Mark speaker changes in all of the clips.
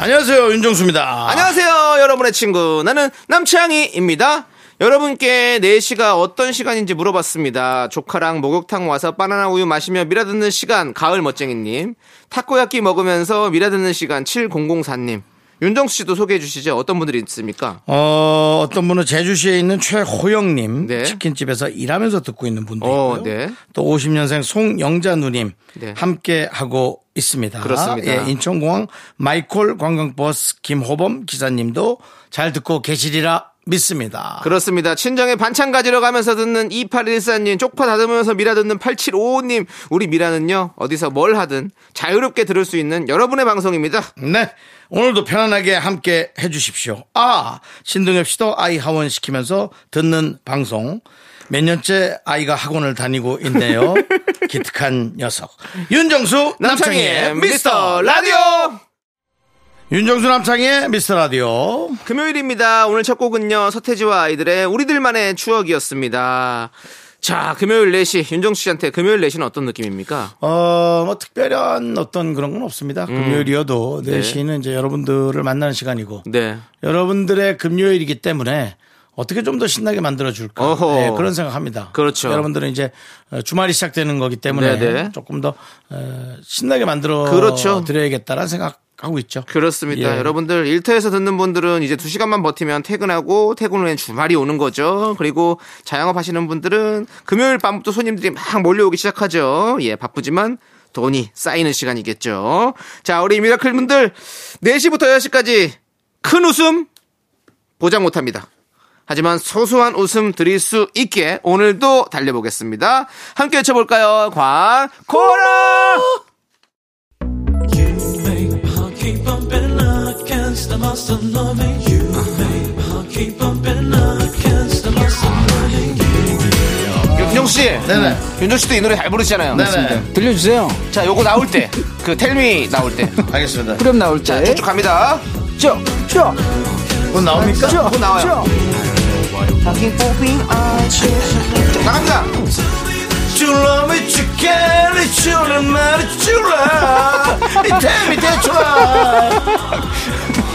Speaker 1: 안녕하세요 윤정수입니다.
Speaker 2: 아. 안녕하세요, 여러분의 친구. 나는 남창희입니다. 여러분께 4시가 어떤 시간인지 물어봤습니다. 조카랑 목욕탕 와서 바나나 우유 마시며 미라 듣는 시간, 가을 멋쟁이님. 타코야끼 먹으면서 미라 듣는 시간, 7004님. 윤정수 씨도 소개해 주시죠. 어떤 분들이 있습니까?
Speaker 1: 어, 어떤 분은 제주시에 있는 최호영님
Speaker 2: 네.
Speaker 1: 치킨집에서 일하면서 듣고 있는 분도
Speaker 2: 어,
Speaker 1: 있고요.
Speaker 2: 네.
Speaker 1: 또 50년생 송영자 누님
Speaker 2: 네.
Speaker 1: 함께 하고 있습니다.
Speaker 2: 그렇습니다.
Speaker 1: 예, 인천공항 마이콜 관광버스 김호범 기사님도 잘 듣고 계시리라 믿습니다.
Speaker 2: 그렇습니다. 친정에 반찬 가지러 가면서 듣는 2814님, 쪽파 다듬으면서 미라 듣는 8755님. 우리 미라는요, 어디서 뭘 하든 자유롭게 들을 수 있는 여러분의 방송입니다.
Speaker 1: 네. 오늘도 편안하게 함께 해주십시오. 아, 신동엽 씨도 아이 하원 시키면서 듣는 방송. 몇 년째 아이가 학원을 다니고 있네요. 기특한 녀석. 윤정수 남창희의 미스터 라.
Speaker 2: 라디오!
Speaker 1: 윤정수 남창희의 미스터 라디오.
Speaker 2: 금요일입니다. 오늘 첫 곡은요, 서태지와 아이들의 우리들만의 추억이었습니다. 자, 금요일 4시, 윤정수 씨한테 금요일 4시는 어떤 느낌입니까?
Speaker 1: 어, 뭐 특별한 어떤 그런 건 없습니다. 금요일이어도 4시는 이제 여러분들을 만나는 시간이고
Speaker 2: 네.
Speaker 1: 여러분들의 금요일이기 때문에 어떻게 좀 더 신나게 만들어줄까
Speaker 2: 어허.
Speaker 1: 네, 그런 생각합니다.
Speaker 2: 그렇죠.
Speaker 1: 여러분들은 이제 어, 주말이 시작되는 거기 때문에
Speaker 2: 네네.
Speaker 1: 조금 더 어, 신나게 만들어
Speaker 2: 그렇죠.
Speaker 1: 드려야겠다라는 생각하고 있죠.
Speaker 2: 그렇습니다.
Speaker 1: 예.
Speaker 2: 여러분들, 일터에서 듣는 분들은 이제 2시간만 버티면 퇴근하고, 퇴근 후엔 주말이 오는 거죠. 그리고 자영업 하시는 분들은 금요일 밤부터 손님들이 막 몰려오기 시작하죠. 예, 바쁘지만 돈이 쌓이는 시간이겠죠. 자, 우리 미라클 분들, 4시부터 6시까지 큰 웃음 보장 못 합니다. 하지만 소소한 웃음 드릴 수 있게 오늘도 달려보겠습니다. 함께 외쳐볼까요? 광, 코라!
Speaker 3: You make my keep bumping against the monster loving you. make my keep bumping against the monster loving you.
Speaker 2: 윤정씨!
Speaker 1: 네네.
Speaker 2: 윤정씨도 이 노래 잘 부르시잖아요.
Speaker 1: 네네.
Speaker 4: 들려주세요.
Speaker 2: 자, 요거 나올 때, 그 텔미 나올 때,
Speaker 1: 알겠습니다.
Speaker 4: 그럼 나올 때.
Speaker 2: 쭉쭉 갑니다. 그렇죠.
Speaker 4: 쭉, 쭉,
Speaker 1: 그건 나옵니까?
Speaker 4: 쭉,
Speaker 2: 곧 나와요. 쭉 나갑니다.
Speaker 1: You love me, you care, you love me, you love. You tell me that you love.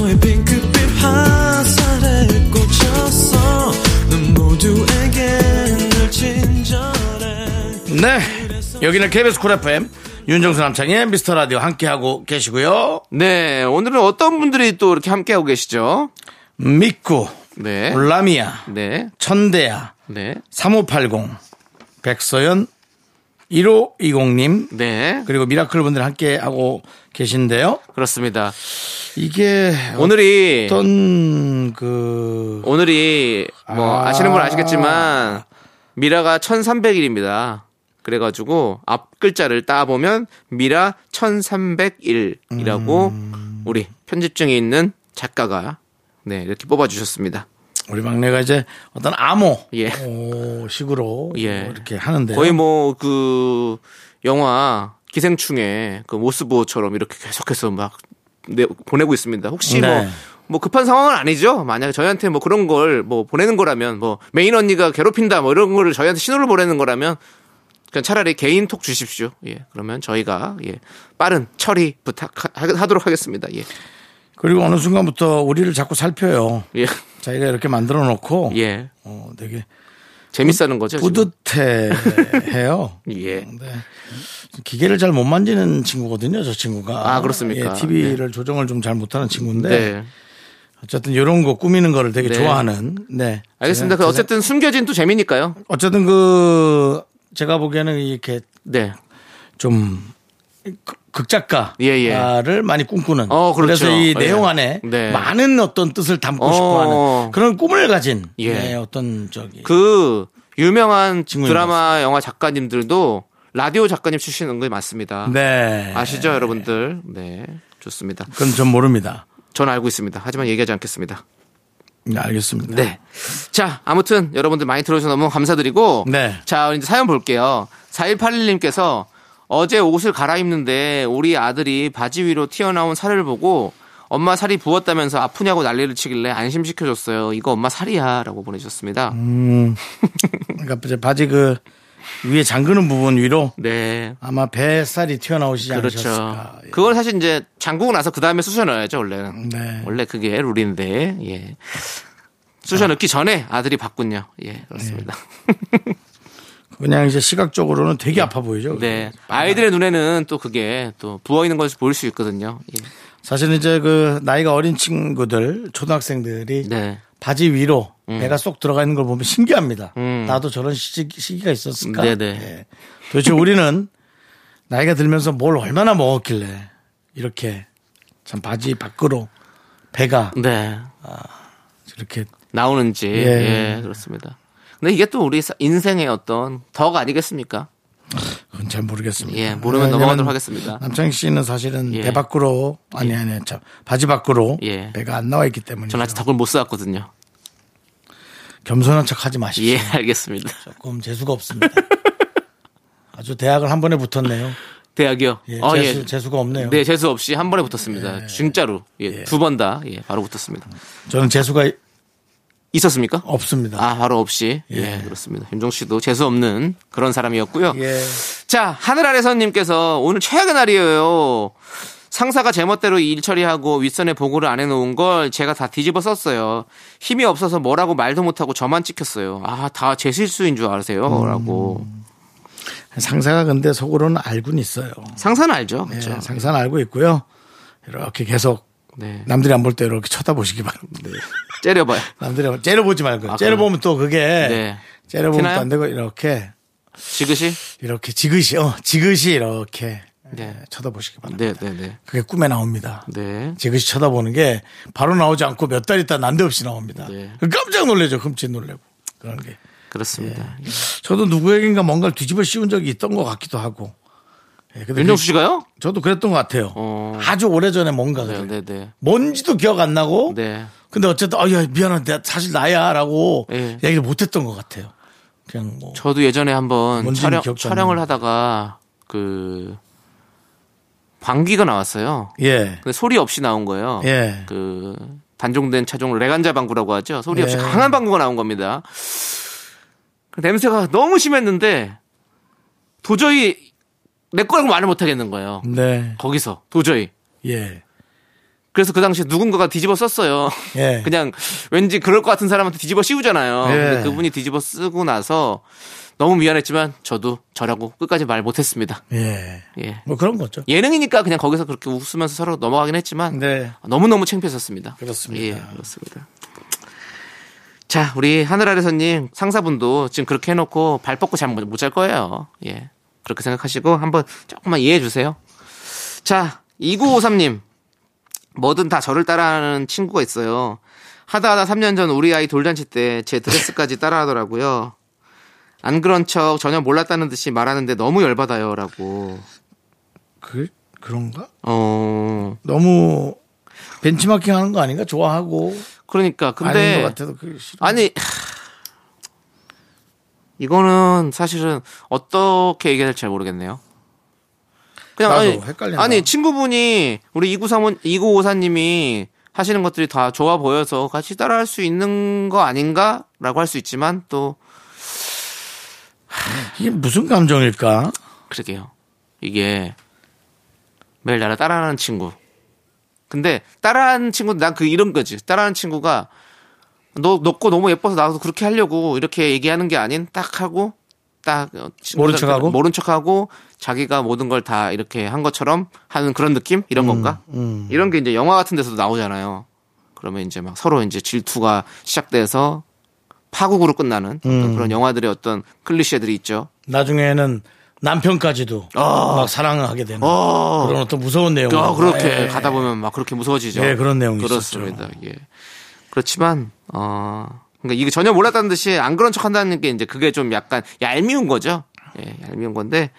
Speaker 3: 너의 핑크빛 화살에 꽂혔어. 넌 모두에게 늘 친절해.
Speaker 1: 네. 여기는 KBS 쿨 FM 윤정수 남창의 미스터 라디오 함께하고 계시고요.
Speaker 2: 네, 오늘은 어떤 분들이 또 이렇게 함께하고 계시죠?
Speaker 1: 미쿠,
Speaker 2: 네.
Speaker 1: 올라미야,
Speaker 2: 네.
Speaker 1: 천대야,
Speaker 2: 네.
Speaker 1: 3580, 백서연, 1520님,
Speaker 2: 네.
Speaker 1: 그리고 미라클 분들 함께하고 계신데요.
Speaker 2: 그렇습니다.
Speaker 1: 이게
Speaker 2: 오늘이
Speaker 1: 어떤 그
Speaker 2: 오늘이 뭐
Speaker 1: 아.
Speaker 2: 아... 시는분 아시겠지만 미라가 1300일입니다. 그래가지고 앞 글자를 따 보면 미라 1301이라고
Speaker 1: 음.
Speaker 2: 우리 편집증이 있는 작가가 네 이렇게 뽑아 주셨습니다.
Speaker 1: 우리 막내가 이제 어떤 암호
Speaker 2: 예.
Speaker 1: 어, 식으로
Speaker 2: 예.
Speaker 1: 이렇게 하는데
Speaker 2: 거의 뭐 그 영화 기생충의 그 모스보처럼 이렇게 계속해서 막 내, 보내고 있습니다. 혹시
Speaker 1: 네.
Speaker 2: 뭐, 뭐 급한 상황은 아니죠. 만약에 저희한테 뭐 그런 걸 뭐 보내는 거라면 뭐 메인 언니가 괴롭힌다 뭐 이런 거를 저희한테 신호를 보내는 거라면 그냥 차라리 개인 톡 주십시오. 예. 그러면 저희가 예. 빠른 처리 부탁하도록 하겠습니다. 예.
Speaker 1: 그리고 어느 순간부터 우리를 자꾸 살펴요.
Speaker 2: 예.
Speaker 1: 자기가 이렇게 만들어 놓고
Speaker 2: 예.
Speaker 1: 어, 되게
Speaker 2: 재밌다는 거죠. 지금.
Speaker 1: 뿌듯해해요. 네.
Speaker 2: 예.
Speaker 1: 기계를 잘 못 만지는 친구거든요, 저 친구가.
Speaker 2: 아, 그렇습니까?
Speaker 1: TV를 조정을 좀 잘 못하는 친구인데
Speaker 2: 네.
Speaker 1: 어쨌든 이런 거 꾸미는 거를 되게
Speaker 2: 네.
Speaker 1: 좋아하는. 네.
Speaker 2: 알겠습니다.
Speaker 1: 제가-
Speaker 2: 그 어쨌든 숨겨진 또 재미니까요.
Speaker 1: 어쨌든 그 제가 보기에는 이렇게
Speaker 2: 네.
Speaker 1: 좀 극- 극작가를
Speaker 2: 예, 예.
Speaker 1: 많이 꿈꾸는
Speaker 2: 어, 그렇죠.
Speaker 1: 래서이
Speaker 2: 예.
Speaker 1: 내용 안에
Speaker 2: 네.
Speaker 1: 많은 어떤 뜻을 담고
Speaker 2: 어.
Speaker 1: 싶어하는 그런 꿈을 가진
Speaker 2: 예.
Speaker 1: 네, 어떤 저기
Speaker 2: 그 유명한
Speaker 1: 친구인
Speaker 2: 드라마 영화 작가님들도 라디오 작가님 출신인 거 맞습니다.
Speaker 1: 네
Speaker 2: 아시죠, 여러분들? 네. 좋습니다.
Speaker 1: 그건 전 모릅니다.
Speaker 2: 전 알고 있습니다. 하지만 얘기하지 않겠습니다.
Speaker 1: 네, 알겠습니다.
Speaker 2: 네. 자, 아무튼 여러분들 많이 들어주셔서 너무 감사드리고.
Speaker 1: 네.
Speaker 2: 자, 이제 사연 볼게요. 4181님께서 어제 옷을 갈아입는데 우리 아들이 바지 위로 튀어나온 살을 보고 엄마 살이 부었다면서 아프냐고 난리를 치길래 안심시켜줬어요. 이거 엄마 살이야. 라고 보내주셨습니다.
Speaker 1: 음. 그러니까 이제 바지 그 위에 잠그는 부분 위로
Speaker 2: 네.
Speaker 1: 아마 뱃살이 튀어나오시지
Speaker 2: 그렇죠.
Speaker 1: 않으셨을까. 예.
Speaker 2: 그걸 사실 이제 잠그고 나서 그 다음에 쑤셔 넣어야죠, 원래는.
Speaker 1: 네.
Speaker 2: 원래 그게 룰인데, 예. 쑤셔 넣기 전에 아들이 봤군요. 예, 그렇습니다.
Speaker 1: 그냥 이제 시각적으로는 되게 아파 보이죠.
Speaker 2: 네. 아이들의 눈에는 또 그게 또 부어있는 것을 보일 수 있거든요. 예.
Speaker 1: 사실 이제 그 나이가 어린 친구들 초등학생들이
Speaker 2: 네.
Speaker 1: 바지 위로 배가 쏙 들어가 있는 걸 보면 신기합니다.
Speaker 2: 음.
Speaker 1: 나도 저런 시기, 시기가 있었을까?
Speaker 2: 네네.
Speaker 1: 예. 도대체 우리는 나이가 들면서 뭘 얼마나 먹었길래 이렇게 참 바지 밖으로 배가
Speaker 2: 네.
Speaker 1: 이렇게
Speaker 2: 나오는지.
Speaker 1: 예.
Speaker 2: 예, 그렇습니다. 근데 이게 또 우리 사- 인생의 어떤 덕 아니겠습니까?
Speaker 1: 그건 잘 모르겠습니다.
Speaker 2: 예, 모르면
Speaker 1: 왜냐면
Speaker 2: 넘어가도록 하겠습니다.
Speaker 1: 남창희 씨는 사실은
Speaker 2: 예.
Speaker 1: 배 밖으로 아니 아니 참 바지 밖으로
Speaker 2: 예.
Speaker 1: 배가 안 나와 있기 때문에
Speaker 2: 전 아직 덕을 못 쌓았거든요.
Speaker 1: 겸손한 척하지 마십시오.
Speaker 2: 예, 알겠습니다.
Speaker 1: 조금 재수가 없습니다. 아주 대학을 한 번에 붙었네요.
Speaker 2: 대학이요.
Speaker 1: 예,
Speaker 2: 어,
Speaker 1: 재수, 재수가 없네요.
Speaker 2: 네, 재수 없이 한 번에 붙었습니다. 진짜로. 예, 두 번 다. 예, 바로 붙었습니다.
Speaker 1: 저는 재수가
Speaker 2: 있었습니까?
Speaker 1: 없습니다.
Speaker 2: 아, 바로 없이.
Speaker 1: 예.
Speaker 2: 예, 그렇습니다. 윤종 씨도 재수 없는 그런 사람이었고요.
Speaker 1: 예.
Speaker 2: 자, 하늘 아래선님께서 오늘 최악의 날이에요. 상사가 제멋대로 일 처리하고 윗선에 보고를 안 해놓은 걸 제가 다 뒤집어 썼어요. 힘이 없어서 뭐라고 말도 못하고 저만 찍혔어요. 아, 다 제 실수인 줄 아세요? 라고.
Speaker 1: 상사가 근데 속으로는 알고는 있어요.
Speaker 2: 상사는 알죠. 그렇죠.
Speaker 1: 예, 상사는 알고 있고요. 이렇게 계속
Speaker 2: 네.
Speaker 1: 남들이 안 볼 때 이렇게 쳐다보시기 바랍니다.
Speaker 2: 째려봐요.
Speaker 1: 남들이 안- 째려보지 말고
Speaker 2: 아,
Speaker 1: 째려보면 또 그게
Speaker 2: 네.
Speaker 1: 째려보면 또
Speaker 2: 티나요?
Speaker 1: 안 되고 이렇게
Speaker 2: 지그시?
Speaker 1: 이렇게 지그시 어 지그시 이렇게 예,
Speaker 2: 네.
Speaker 1: 쳐다보시기 바랍니다.
Speaker 2: 네, 네, 네.
Speaker 1: 그게 꿈에 나옵니다.
Speaker 2: 네.
Speaker 1: 지그시 쳐다보는 게 바로 나오지 않고 몇 달 있다 난데없이 나옵니다.
Speaker 2: 네.
Speaker 1: 깜짝 놀래죠. 흠칫 놀래고 그런 게.
Speaker 2: 그렇습니다.
Speaker 1: 저도 누구에겐가 뭔가를 뒤집어 씌운 적이 있던 것 같기도 하고. 예, 근데
Speaker 2: 윤정수 씨가요?
Speaker 1: 그- 저도 그랬던 것 같아요.
Speaker 2: 어.
Speaker 1: 아주 오래전에 뭔가가.
Speaker 2: 네,
Speaker 1: 요
Speaker 2: 네, 네.
Speaker 1: 뭔지도 기억 안 나고.
Speaker 2: 네.
Speaker 1: 근데 어쨌든, 아, 야, 미안한데, 사실 나야, 라고
Speaker 2: 예.
Speaker 1: 얘기를 못 했던 것 같아요. 그냥 뭐.
Speaker 2: 저도 예전에 한번
Speaker 1: 뭔지는
Speaker 2: 촬영,
Speaker 1: 기억도 안
Speaker 2: 촬영을
Speaker 1: 나는데.
Speaker 2: 하다가 그 방귀가 나왔어요.
Speaker 1: 예.
Speaker 2: 근데 소리 없이 나온 거예요.
Speaker 1: 예.
Speaker 2: 그 단종된 차종 레간자 방구라고 하죠. 소리 없이
Speaker 1: 예.
Speaker 2: 강한 방구가 나온 겁니다. 그 냄새가 너무 심했는데 도저히 내 거라고 말을 못 하겠는 거예요.
Speaker 1: 네.
Speaker 2: 거기서 도저히.
Speaker 1: 예.
Speaker 2: 그래서 그 당시에 누군가가 뒤집어 썼어요.
Speaker 1: 예.
Speaker 2: 그냥 왠지 그럴 것 같은 사람한테 뒤집어 씌우잖아요.
Speaker 1: 예.
Speaker 2: 근데 그분이 뒤집어 쓰고 나서 너무 미안했지만 저도 저라고 끝까지 말 못했습니다.
Speaker 1: 예.
Speaker 2: 예.
Speaker 1: 뭐 그런 거죠.
Speaker 2: 예능이니까 그냥 거기서 그렇게 웃으면서 서로 넘어가긴 했지만
Speaker 1: 네.
Speaker 2: 너무너무 창피했었습니다.
Speaker 1: 그렇습니다.
Speaker 2: 예, 그렇습니다. 자, 우리 하늘 아래서님 상사분도 지금 그렇게 해놓고 발 뻗고 잠 못 잘 거예요. 예. 그렇게 생각하시고 한번 조금만 이해해 주세요. 자, 2953님. 뭐든 다 저를 따라하는 친구가 있어요. 하다 하다 3년 전 우리 아이 돌잔치 때 제 드레스까지 따라하더라고요. 안 그런 척 전혀 몰랐다는 듯이 말하는데 너무 열받아요. 라고.
Speaker 1: 그, 그런가?
Speaker 2: 어,
Speaker 1: 너무 벤치마킹 하는 거 아닌가? 좋아하고.
Speaker 2: 그러니까. 근데.
Speaker 1: 아닌 것 같아도 그게 싫어.
Speaker 2: 아니 이거는 사실은 어떻게 얘기해야 될지 잘 모르겠네요. 그냥
Speaker 1: 나도
Speaker 2: 아니,
Speaker 1: 헷갈린다.
Speaker 2: 아니 친구분이 우리 이구삼원 이구오사님이 하시는 것들이 다 좋아 보여서 같이 따라할 수 있는 거 아닌가라고 할 수 있지만 또
Speaker 1: 아, 이게 무슨 감정일까?
Speaker 2: 그러게요. 이게 매일 나를 따라하는 친구. 근데 따라하는 친구 난 그 이런 거지. 따라하는 친구가 너 높고 너무 예뻐서 나도 그렇게 하려고 이렇게 얘기하는 게 아닌 딱 하고 딱 어, 친구들한테
Speaker 1: 모른 척하고?
Speaker 2: 모른 척하고 자기가 모든 걸 다 이렇게 한 것처럼 하는 그런 느낌 이런
Speaker 1: 음,
Speaker 2: 건가? 이런 게 이제 영화 같은 데서도 나오잖아요. 그러면 이제 막 서로 이제 질투가 시작돼서 파국으로 끝나는 어떤
Speaker 1: 음.
Speaker 2: 그런 영화들의 어떤 클리셰들이 있죠.
Speaker 1: 나중에는 남편까지도 막 사랑하게 되는
Speaker 2: 아. 어.
Speaker 1: 그런 어떤 무서운 예, 내용.
Speaker 2: 아, 그렇게 가다 보면 막 그렇게 무서워지죠.
Speaker 1: 예, 그런 내용이
Speaker 2: 그렇습니다. 예. 그렇지만 어 그러니까 이게 전혀 몰랐다는 듯이 안 그런 척한다는 게 이제 그게 좀 약간 얄미운 거죠. 예, 얄미운 건데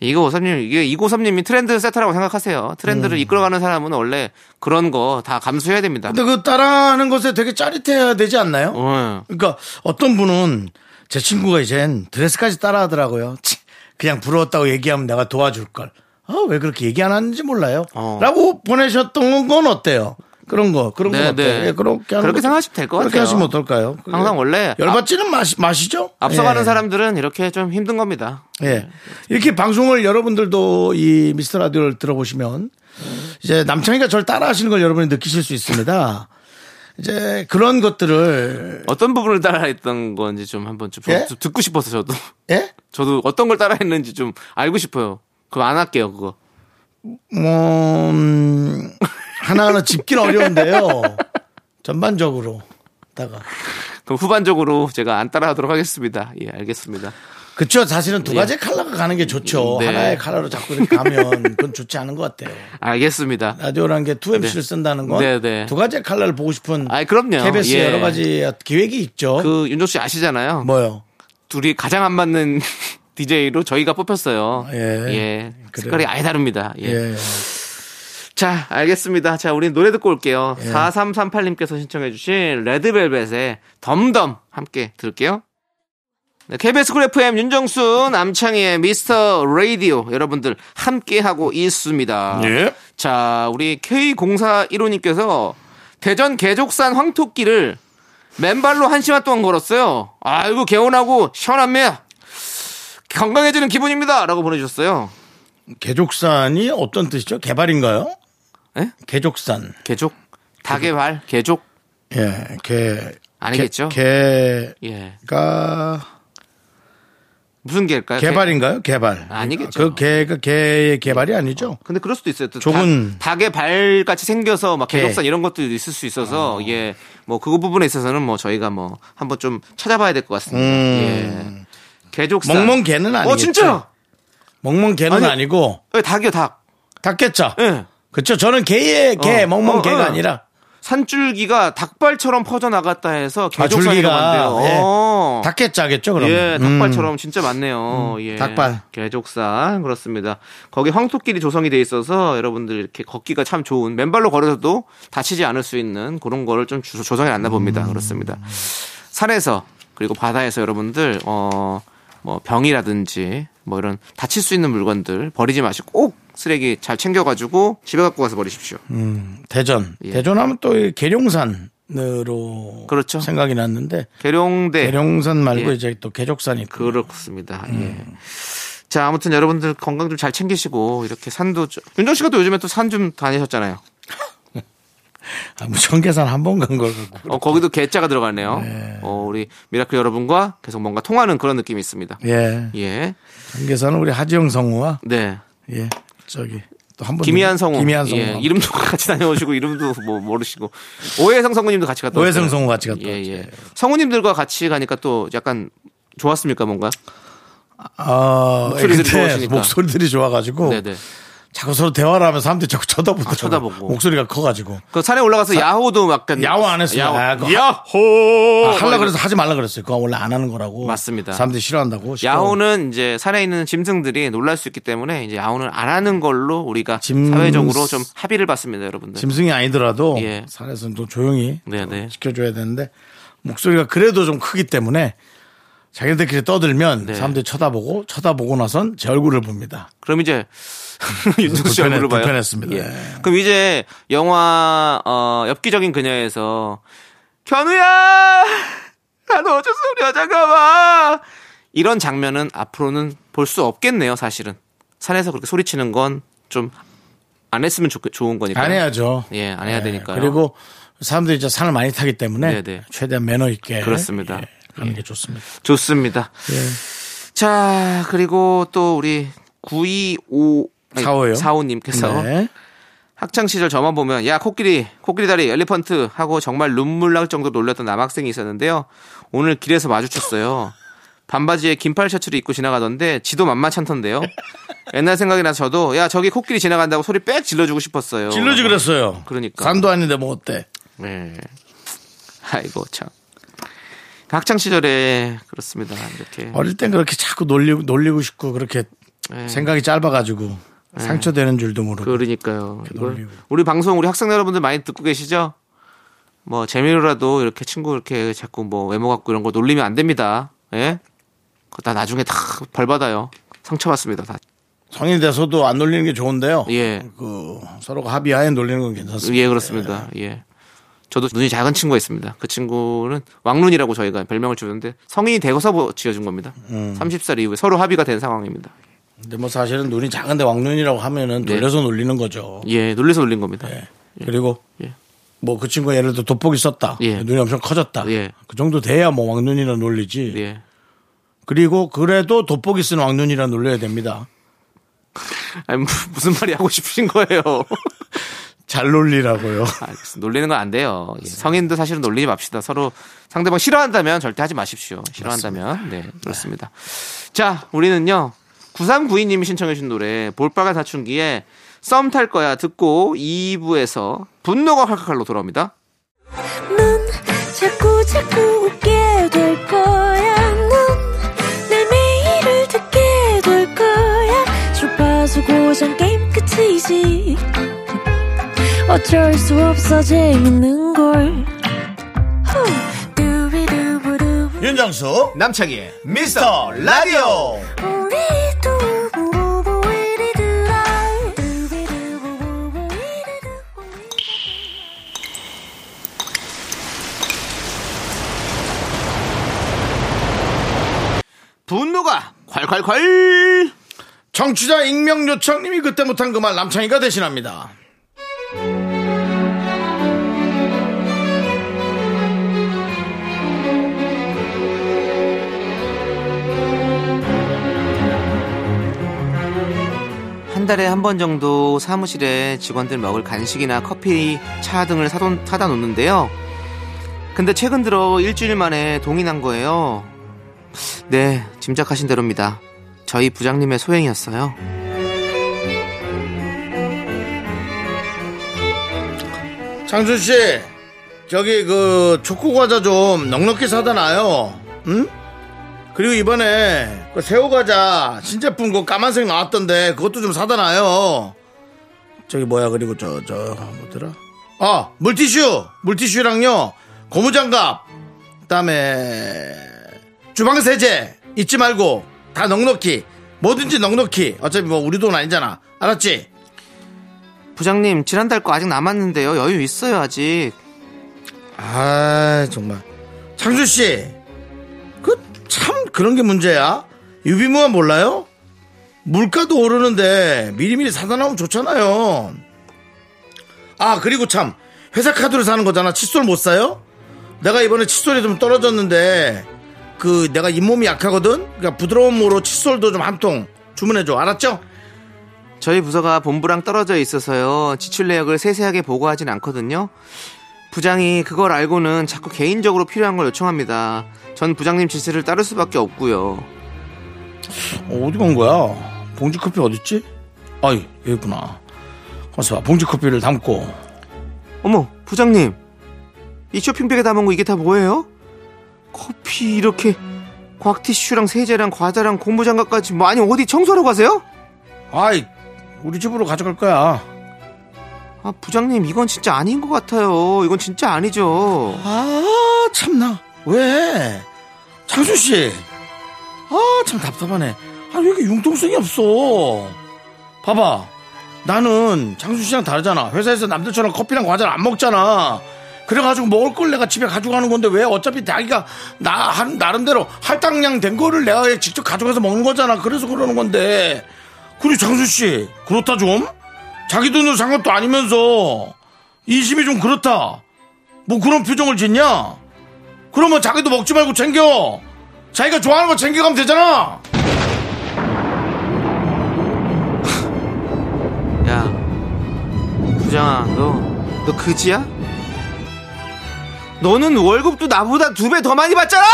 Speaker 2: 이거 오삼님 이게 이고삼님이 트렌드 세터라고 생각하세요. 트렌드를 이끌어가는 사람은 원래 그런 거 다 감수해야 됩니다.
Speaker 1: 음. 근데 그 따라하는 것에 되게 짜릿해야 되지 않나요?
Speaker 2: 어.
Speaker 1: 그러니까 어떤 분은 제 친구가 이젠 드레스까지 따라하더라고요. 치, 그냥 부러웠다고 얘기하면 내가 도와줄 걸. 아, 왜 그렇게 얘기 안 하는지 몰라요.
Speaker 2: 어.
Speaker 1: 라고 보내셨던 건 어때요? 그런 거, 그런
Speaker 2: 네,
Speaker 1: 거 어때요?
Speaker 2: 네.
Speaker 1: 예, 그렇게 하는
Speaker 2: 그렇게
Speaker 1: 것도-
Speaker 2: 생각하시면 될것
Speaker 1: 그렇게
Speaker 2: 같아요.
Speaker 1: 하시면 어떨까요? 그게
Speaker 2: 항상 원래
Speaker 1: 열받지는 마시, 마시죠?
Speaker 2: 앞서가는
Speaker 1: 예.
Speaker 2: 사람들은 이렇게 좀 힘든 겁니다.
Speaker 1: 예. 이렇게 방송을 여러분들도 이 미스터 라디오를 들어보시면 이제 남창희가 저를 따라 하시는 걸 여러분이 느끼실 수 있습니다. 이제 그런 것들을
Speaker 2: 어떤 부분을 따라했던 건지 좀 한번 좀, 좀
Speaker 1: 예?
Speaker 2: 듣고 싶어서 저도
Speaker 1: 예?
Speaker 2: 저도 어떤 걸 따라했는지 좀 알고 싶어요. 그거 안 할게요. 그거.
Speaker 1: 뭐 음, 하나하나 짚긴 어려운데요. 전반적으로 다가
Speaker 2: 그럼 후반적으로 제가 안 따라하도록 하겠습니다. 예, 알겠습니다.
Speaker 1: 그쵸 사실은 두 가지 의 컬러가 가는 게 좋죠.
Speaker 2: 예. 네.
Speaker 1: 하나의 컬러로 자꾸 이렇게 가면 그건 좋지 않은 것 같아요.
Speaker 2: 알겠습니다.
Speaker 1: 라디오라는 게 2MC를 쓴다는 건
Speaker 2: 네,
Speaker 1: 두
Speaker 2: 네.
Speaker 1: 가지의 컬러를 보고 싶은
Speaker 2: 아이, 그럼요.
Speaker 1: KBS
Speaker 2: 예.
Speaker 1: 여러 가지 기획이 있죠.
Speaker 2: 그 윤종 씨 아시잖아요.
Speaker 1: 뭐요?
Speaker 2: 둘이 가장 안 맞는 DJ로 저희가 뽑혔어요.
Speaker 1: 예.
Speaker 2: 색깔이 아예 다릅니다. 예.
Speaker 1: 예.
Speaker 2: 자, 알겠습니다. 자, 우리 노래 듣고 올게요. 4338님께서 신청해주신 레드벨벳의 덤덤 함께 들을게요. 네, KBS 쿨 FM 윤정수 남창희의 미스터 라디오 여러분들 함께하고 있습니다.
Speaker 1: 예.
Speaker 2: 자, 우리 K0415님께서 대전 개족산 황토끼를 맨발로 한 시간 동안 걸었어요. 아이고, 개운하고 시원합니다. 건강해지는 기분입니다. 라고 보내주셨어요.
Speaker 1: 개족산이 어떤 뜻이죠? 개발인가요?
Speaker 2: 예?
Speaker 1: 개족산.
Speaker 2: 개족? 닭의발? 개족?
Speaker 1: 예. 개
Speaker 2: 아니겠죠?
Speaker 1: 개,
Speaker 2: 예.
Speaker 1: 개가
Speaker 2: 무슨 개일까요?
Speaker 1: 개발인가요? 개발.
Speaker 2: 아니겠죠.
Speaker 1: 그 개가 개의 개발이 아니죠.
Speaker 2: 근데 그럴 수도 있어요. 또
Speaker 1: 좁은-
Speaker 2: 닭, 의 발같이 생겨서 막
Speaker 1: 개.
Speaker 2: 개독산 이런 것도 있을 수 있어서 예. 뭐 그거 부분에 있어서는 뭐 저희가 뭐 한번 좀 찾아봐야 될 것 같습니다.
Speaker 1: 음.
Speaker 2: 예. 개족산.
Speaker 1: 멍멍 개는 아니겠죠.
Speaker 2: 어, 진짜?
Speaker 1: 멍멍 개는
Speaker 2: 아니-
Speaker 1: 아니, 고
Speaker 2: 예, 닭이요, 닭.
Speaker 1: 닭개차.
Speaker 2: 예.
Speaker 1: 그렇죠. 저는 개의 개
Speaker 2: 어,
Speaker 1: 멍멍
Speaker 2: 어,
Speaker 1: 개가
Speaker 2: 어.
Speaker 1: 아니라
Speaker 2: 산줄기가 닭발처럼 퍼져나갔다 해서
Speaker 1: 아
Speaker 2: 개족산이라고
Speaker 1: 줄기가
Speaker 2: 한대요. 어.
Speaker 1: 예, 닭개차겠죠. 그럼. 음.
Speaker 2: 예, 닭발처럼 진짜 많네요. 예.
Speaker 1: 닭발.
Speaker 2: 개족산 그렇습니다. 거기 황토끼리 조성이 돼 있어서 여러분들 이렇게 걷기가 참 좋은 맨발로 걸어서도 다치지 않을 수 있는 그런 거를 좀 주- 조성해 놨나 봅니다.
Speaker 1: 음.
Speaker 2: 그렇습니다. 산에서 그리고 바다에서 여러분들 어 뭐 병이라든지 뭐 이런 다칠 수 있는 물건들 버리지 마시고 꼭 쓰레기 잘 챙겨가지고 집에 갖고 가서 버리십시오.
Speaker 1: 음, 대전.
Speaker 2: 예.
Speaker 1: 대전하면 또이 계룡산으로
Speaker 2: 그렇죠.
Speaker 1: 생각이 났는데
Speaker 2: 계룡대
Speaker 1: 계룡산 말고
Speaker 2: 예.
Speaker 1: 이제 또 개족산이 있고.
Speaker 2: 그렇습니다.
Speaker 1: 음.
Speaker 2: 예. 자, 아무튼 여러분들 건강 좀 잘 챙기시고 이렇게 산도 좀- 윤정 씨가 또 요즘에 또 산 좀 다니셨잖아요. 어,
Speaker 1: 아, 무천계산 한 번 간 걸 갖고.
Speaker 2: 어, 거기도 개자가 들어갔네요. 어, 우리 미라클 여러분과 계속 뭔가 통하는 그런 느낌이 있습니다.
Speaker 1: 예.
Speaker 2: 예.
Speaker 1: 천계산은 우리 하지영 성우와
Speaker 2: 네.
Speaker 1: 예. 저기 또 한 번.
Speaker 2: 김희한 성우.
Speaker 1: 김희한 성우.
Speaker 2: 예. 이름도 같이 다녀오시고 이름도 뭐 모르시고 오해성 성우님도 같이 갔다
Speaker 1: 노혜성
Speaker 2: 왔잖아요.
Speaker 1: 성우 같이 갔다.
Speaker 2: 예,
Speaker 1: 왔죠.
Speaker 2: 예. 성우님들과 같이 가니까 또 약간 좋았습니까, 뭔가?
Speaker 1: 아,
Speaker 2: 목소리들이
Speaker 1: 근데
Speaker 2: 좋으시니까.
Speaker 1: 목소리들이 좋아가지고
Speaker 2: 네, 네.
Speaker 1: 자꾸 서로 대화를 하면 사람들이 자꾸 쳐다보더라고.
Speaker 2: 쳐다보고.
Speaker 1: 목소리가 커가지고.
Speaker 2: 그 산에 올라가서 야호도 약간
Speaker 1: 야호 안 했어요.
Speaker 2: 야호.
Speaker 1: 아, 그거
Speaker 2: 야호.
Speaker 1: 아, 하려 그래서 하지 말라 그랬어요. 그건 원래 안 하는 거라고.
Speaker 2: 맞습니다.
Speaker 1: 사람들이 싫어한다고.
Speaker 2: 야호는 이제 산에 있는 짐승들이 놀랄 수 있기 때문에 이제 야호는 안 하는 걸로 우리가
Speaker 1: 짐-
Speaker 2: 사회적으로 좀 합의를 받습니다, 여러분들.
Speaker 1: 짐승이 아니더라도
Speaker 2: 예.
Speaker 1: 산에서는 또 조용히
Speaker 2: 네, 네.
Speaker 1: 지켜줘야 되는데 목소리가 그래도 좀 크기 때문에 자기들끼리 떠들면
Speaker 2: 네.
Speaker 1: 사람들이 쳐다보고 쳐다보고 나선 제 얼굴을 봅니다.
Speaker 2: 그럼 이제 윤정 씨
Speaker 1: 불편해-
Speaker 2: 얼굴로 봐요.
Speaker 1: 불편했습니다.
Speaker 2: 예.
Speaker 1: 네.
Speaker 2: 그럼 이제 영화 어, 엽기적인 그녀에서 견우야, 나도 어쩔 수 없는 여자가 와. 이런 장면은 앞으로는 볼 수 없겠네요, 사실은. 산에서 그렇게 소리치는 건 좀 안 했으면 좋, 좋은 거니까.
Speaker 1: 안 해야죠. 네.
Speaker 2: 예, 안 해야 되니까요.
Speaker 1: 그리고 사람들이 이제 산을 많이 타기 때문에
Speaker 2: 네, 네.
Speaker 1: 최대한 매너 있게
Speaker 2: 그렇습니다.
Speaker 1: 예, 하는 게 좋습니다.
Speaker 2: 좋습니다.
Speaker 1: 예.
Speaker 2: 자, 그리고 또 우리 925
Speaker 1: 사오요?
Speaker 2: 님께서
Speaker 1: 네.
Speaker 2: 학창 시절 저만 보면 야 코끼리 코끼리 다리 엘리펀트 하고 정말 눈물 날 정도 놀렸던 남학생이 있었는데요. 오늘 길에서 마주쳤어요. 반바지에 긴팔 셔츠를 입고 지나가던데 지도 만만찮던데요. 옛날 생각이 나서 저도 야 저기 코끼리 지나간다고 소리 빽 질러주고 싶었어요.
Speaker 1: 질러지 그랬어요.
Speaker 2: 그러니까.
Speaker 1: 산도 아닌데 뭐 어때?
Speaker 2: 네. 아이고 참. 학창 시절에 그렇습니다. 이렇게
Speaker 1: 어릴 땐 그렇게 자꾸 놀리고, 놀리고 싶고 그렇게
Speaker 2: 네.
Speaker 1: 생각이 짧아가지고 상처되는 줄도 모르고.
Speaker 2: 예. 그러니까요. 이걸
Speaker 1: 놀리고.
Speaker 2: 우리 방송 우리 학생 여러분들 많이 듣고 계시죠? 뭐 재미로라도 이렇게 친구 이렇게 자꾸 뭐 외모 갖고 이런 거 놀리면 안 됩니다. 예? 그거 다 나중에 다 벌 받아요. 상처 받습니다. 다.
Speaker 1: 성인 이 돼서도 안 놀리는 게 좋은데요.
Speaker 2: 예.
Speaker 1: 그 서로가 합의하에 놀리는 건 괜찮습니다.
Speaker 2: 예, 그렇습니다. 예. 저도 눈이 작은 친구가 있습니다. 그 친구는 왕눈이라고 저희가 별명을 주는데 성인이 되고서 뭐 지어준 겁니다. 30살 이후에 서로 합의가 된 상황입니다.
Speaker 1: 근데 뭐 사실은 눈이 작은데 왕눈이라고 하면은
Speaker 2: 네.
Speaker 1: 돌려서 놀리는 거죠.
Speaker 2: 예, 놀려서 놀린 겁니다.
Speaker 1: 예. 그리고
Speaker 2: 예.
Speaker 1: 뭐 그 친구 예를 들어 돋보기 썼다.
Speaker 2: 예.
Speaker 1: 눈이 엄청 커졌다.
Speaker 2: 예.
Speaker 1: 그 정도 돼야 뭐 왕눈이라 놀리지.
Speaker 2: 예.
Speaker 1: 그리고 그래도 돋보기 쓴 왕눈이라 놀려야 됩니다.
Speaker 2: 아니, 무- 무슨 말이 하고 싶으신 거예요?
Speaker 1: 잘 놀리라고요.
Speaker 2: 아, 놀리는 건 안 돼요. 예. 성인도 사실은 놀리지 맙시다. 서로 상대방 싫어한다면 절대 하지 마십시오. 싫어한다면. 네, 그렇습니다. 자, 우리는요. 9392님이 신청해주신 노래, 볼빨간 사춘기에 썸 탈 거야 듣고 2부에서 분노가 칼칼칼로 돌아옵니다.
Speaker 4: 넌 자꾸 자꾸 웃게 될 거야. 넌내 매일을 듣게 될 거야. 주파수 고정 게임 끝이지. 어쩔 수 없어 재밌는 걸. 후. 두비두부두.
Speaker 1: 윤정수 남창희의 미스터 라디오
Speaker 4: 우리 두부부부 우리 두라. 두비두부부부 우리 두부부.
Speaker 2: 분노가 콸콸콸!
Speaker 1: 정취자 익명 요청님이 그때 못한 그 말 남창희가 대신합니다.
Speaker 2: 한 달에 한 번 정도 사무실에 직원들 먹을 간식이나 커피, 차 등을 사돈, 사다 놓는데요. 근데 최근 들어 일주일 만에 동이 난 거예요. 네, 짐작하신 대로입니다. 저희 부장님의 소행이었어요.
Speaker 1: 창준 씨, 저기 그 초코 과자 좀 넉넉히 사다 놔요. 응? 그리고 이번에 그 새우 과자 신제품 그 까만색 나왔던데 그것도 좀 사다 놔요. 저기 뭐야 그리고 저 저 뭐더라? 아 물티슈, 물티슈랑요 고무장갑, 그다음에 주방 세제 잊지 말고 다 넉넉히 뭐든지 넉넉히 어차피 뭐 우리 돈 아니잖아 알았지?
Speaker 2: 부장님, 지난달 거 아직 남았는데요. 여유 있어요, 아직.
Speaker 1: 아 정말 창준 씨 그 참 그런 게 문제야 유비무만 몰라요 물가도 오르는데 미리미리 사다 놓으면 좋잖아요 아 그리고 참 회사 카드로 사는 거잖아 칫솔 못 사요 내가 이번에 칫솔이 좀 떨어졌는데 그 내가 잇몸이 약하거든 그러니까 부드러운 모로 칫솔도 좀 한 통 주문해 줘 알았죠
Speaker 2: 저희 부서가 본부랑 떨어져 있어서요. 지출 내역을 세세하게 보고하진 않거든요. 부장이 그걸 알고는 자꾸 개인적으로 필요한 걸 요청합니다. 전 부장님 지시를 따를 수밖에 없고요.
Speaker 1: 어, 어디 간 거야 봉지 커피 어딨지 아이 여기 있구나 가서 봐. 봉지 커피를 담고
Speaker 2: 어머 부장님 이 쇼핑백에 담은 거 이게 다 뭐예요? 커피 이렇게 곽티슈랑 세제랑 과자랑 고무장갑까지 뭐 아니 어디 청소하러 가세요?
Speaker 1: 아이 우리 집으로 가져갈 거야
Speaker 2: 아 부장님 이건 진짜 아닌 것 같아요 이건 진짜 아니죠
Speaker 1: 아 참나 왜 창수씨 아 참 답답하네 아 왜 이렇게 융통성이 없어 봐봐 나는 창수씨랑 다르잖아 회사에서 남들처럼 커피랑 과자를 안 먹잖아 그래가지고 먹을 걸 내가 집에 가져가는 건데 왜 어차피 자기가 나 한- 나름대로 할당량 된 거를 내가 직접 가져가서 먹는 거잖아 그래서 그러는 건데 그리고 장수씨 그렇다 좀 자기 돈으로 산 것도 아니면서 인심이 좀 그렇다 뭐 그런 표정을 짓냐? 그러면 자기도 먹지 말고 챙겨. 자기가 좋아하는 거 챙겨가면 되잖아.
Speaker 2: 야 남정아 너 너 그지야? 너는 월급도 나보다 두 배 더 많이 받잖아!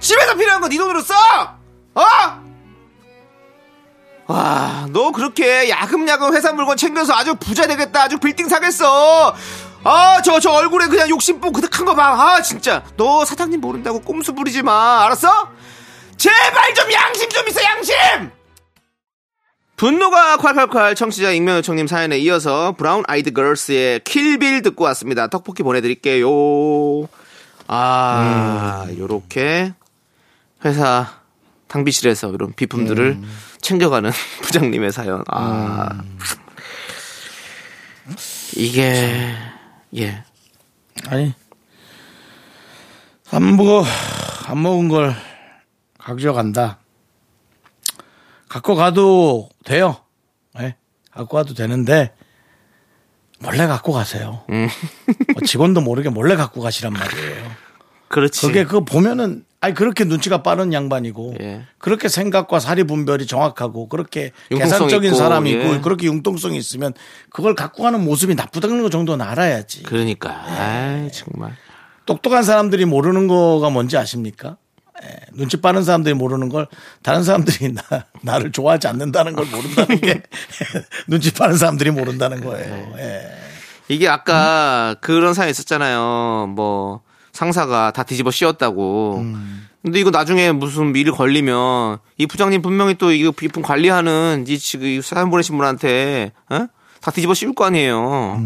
Speaker 2: 집에서 필요한 거 네 돈으로 써! 어? 와, 너 그렇게 야금야금 회사 물건 챙겨서 아주 부자 되겠다. 아주 빌딩 사겠어. 아, 저, 저 얼굴에 그냥 욕심뽕 그득한 거 봐. 아, 진짜. 너 사장님 모른다고 꼼수 부리지 마. 알았어? 제발 좀 양심 좀 있어, 양심! 분노가 콸콸콸 청취자 익명 요청님 사연에 이어서 브라운 아이드 걸스의 킬빌 듣고 왔습니다. 떡볶이 보내드릴게요. 아, 요렇게 회사 탕비실에서 이런 비품들을 챙겨가는 부장님의 사연. 아, 이게, 예.
Speaker 1: 아니 안 먹어 안 먹은 걸 가져간다. 갖고 가도 돼요. 예, 갖고 가도 되는데 몰래 갖고 가세요. 어, 직원도 모르게 몰래 갖고 가시란 말이에요.
Speaker 2: 그렇지.
Speaker 1: 그게 그거 보면은 아니 그렇게 눈치가 빠른 양반이고
Speaker 2: 예.
Speaker 1: 그렇게 생각과 사리 분별이 정확하고 그렇게
Speaker 2: 융통성
Speaker 1: 계산적인
Speaker 2: 있고,
Speaker 1: 사람이고
Speaker 2: 예.
Speaker 1: 그렇게 융통성이 있으면 그걸 갖고 가는 모습이 나쁘다는 거 정도는 알아야지.
Speaker 2: 러니까 그러니까. 아이, 정말.
Speaker 1: 똑똑한 사람들이 모르는 거가 뭔지 아십니까? 예, 눈치 빠른 사람들이 모르는 걸 다른 사람들이 나, 나를 좋아하지 않는다는 걸 모른다는 게 눈치 빠른 사람들이 모른다는
Speaker 2: 네.
Speaker 1: 거예요. 예.
Speaker 2: 이게 아까 그런 사연 있었잖아요. 뭐, 상사가 다 뒤집어 씌웠다고.
Speaker 1: 음.
Speaker 2: 근데 이거 나중에 무슨 일 걸리면 이 부장님 분명히 또 이거 비품 관리하는 이 지금 이 사연 보내신 분한테, 어? 다 뒤집어 씌울 거 아니에요.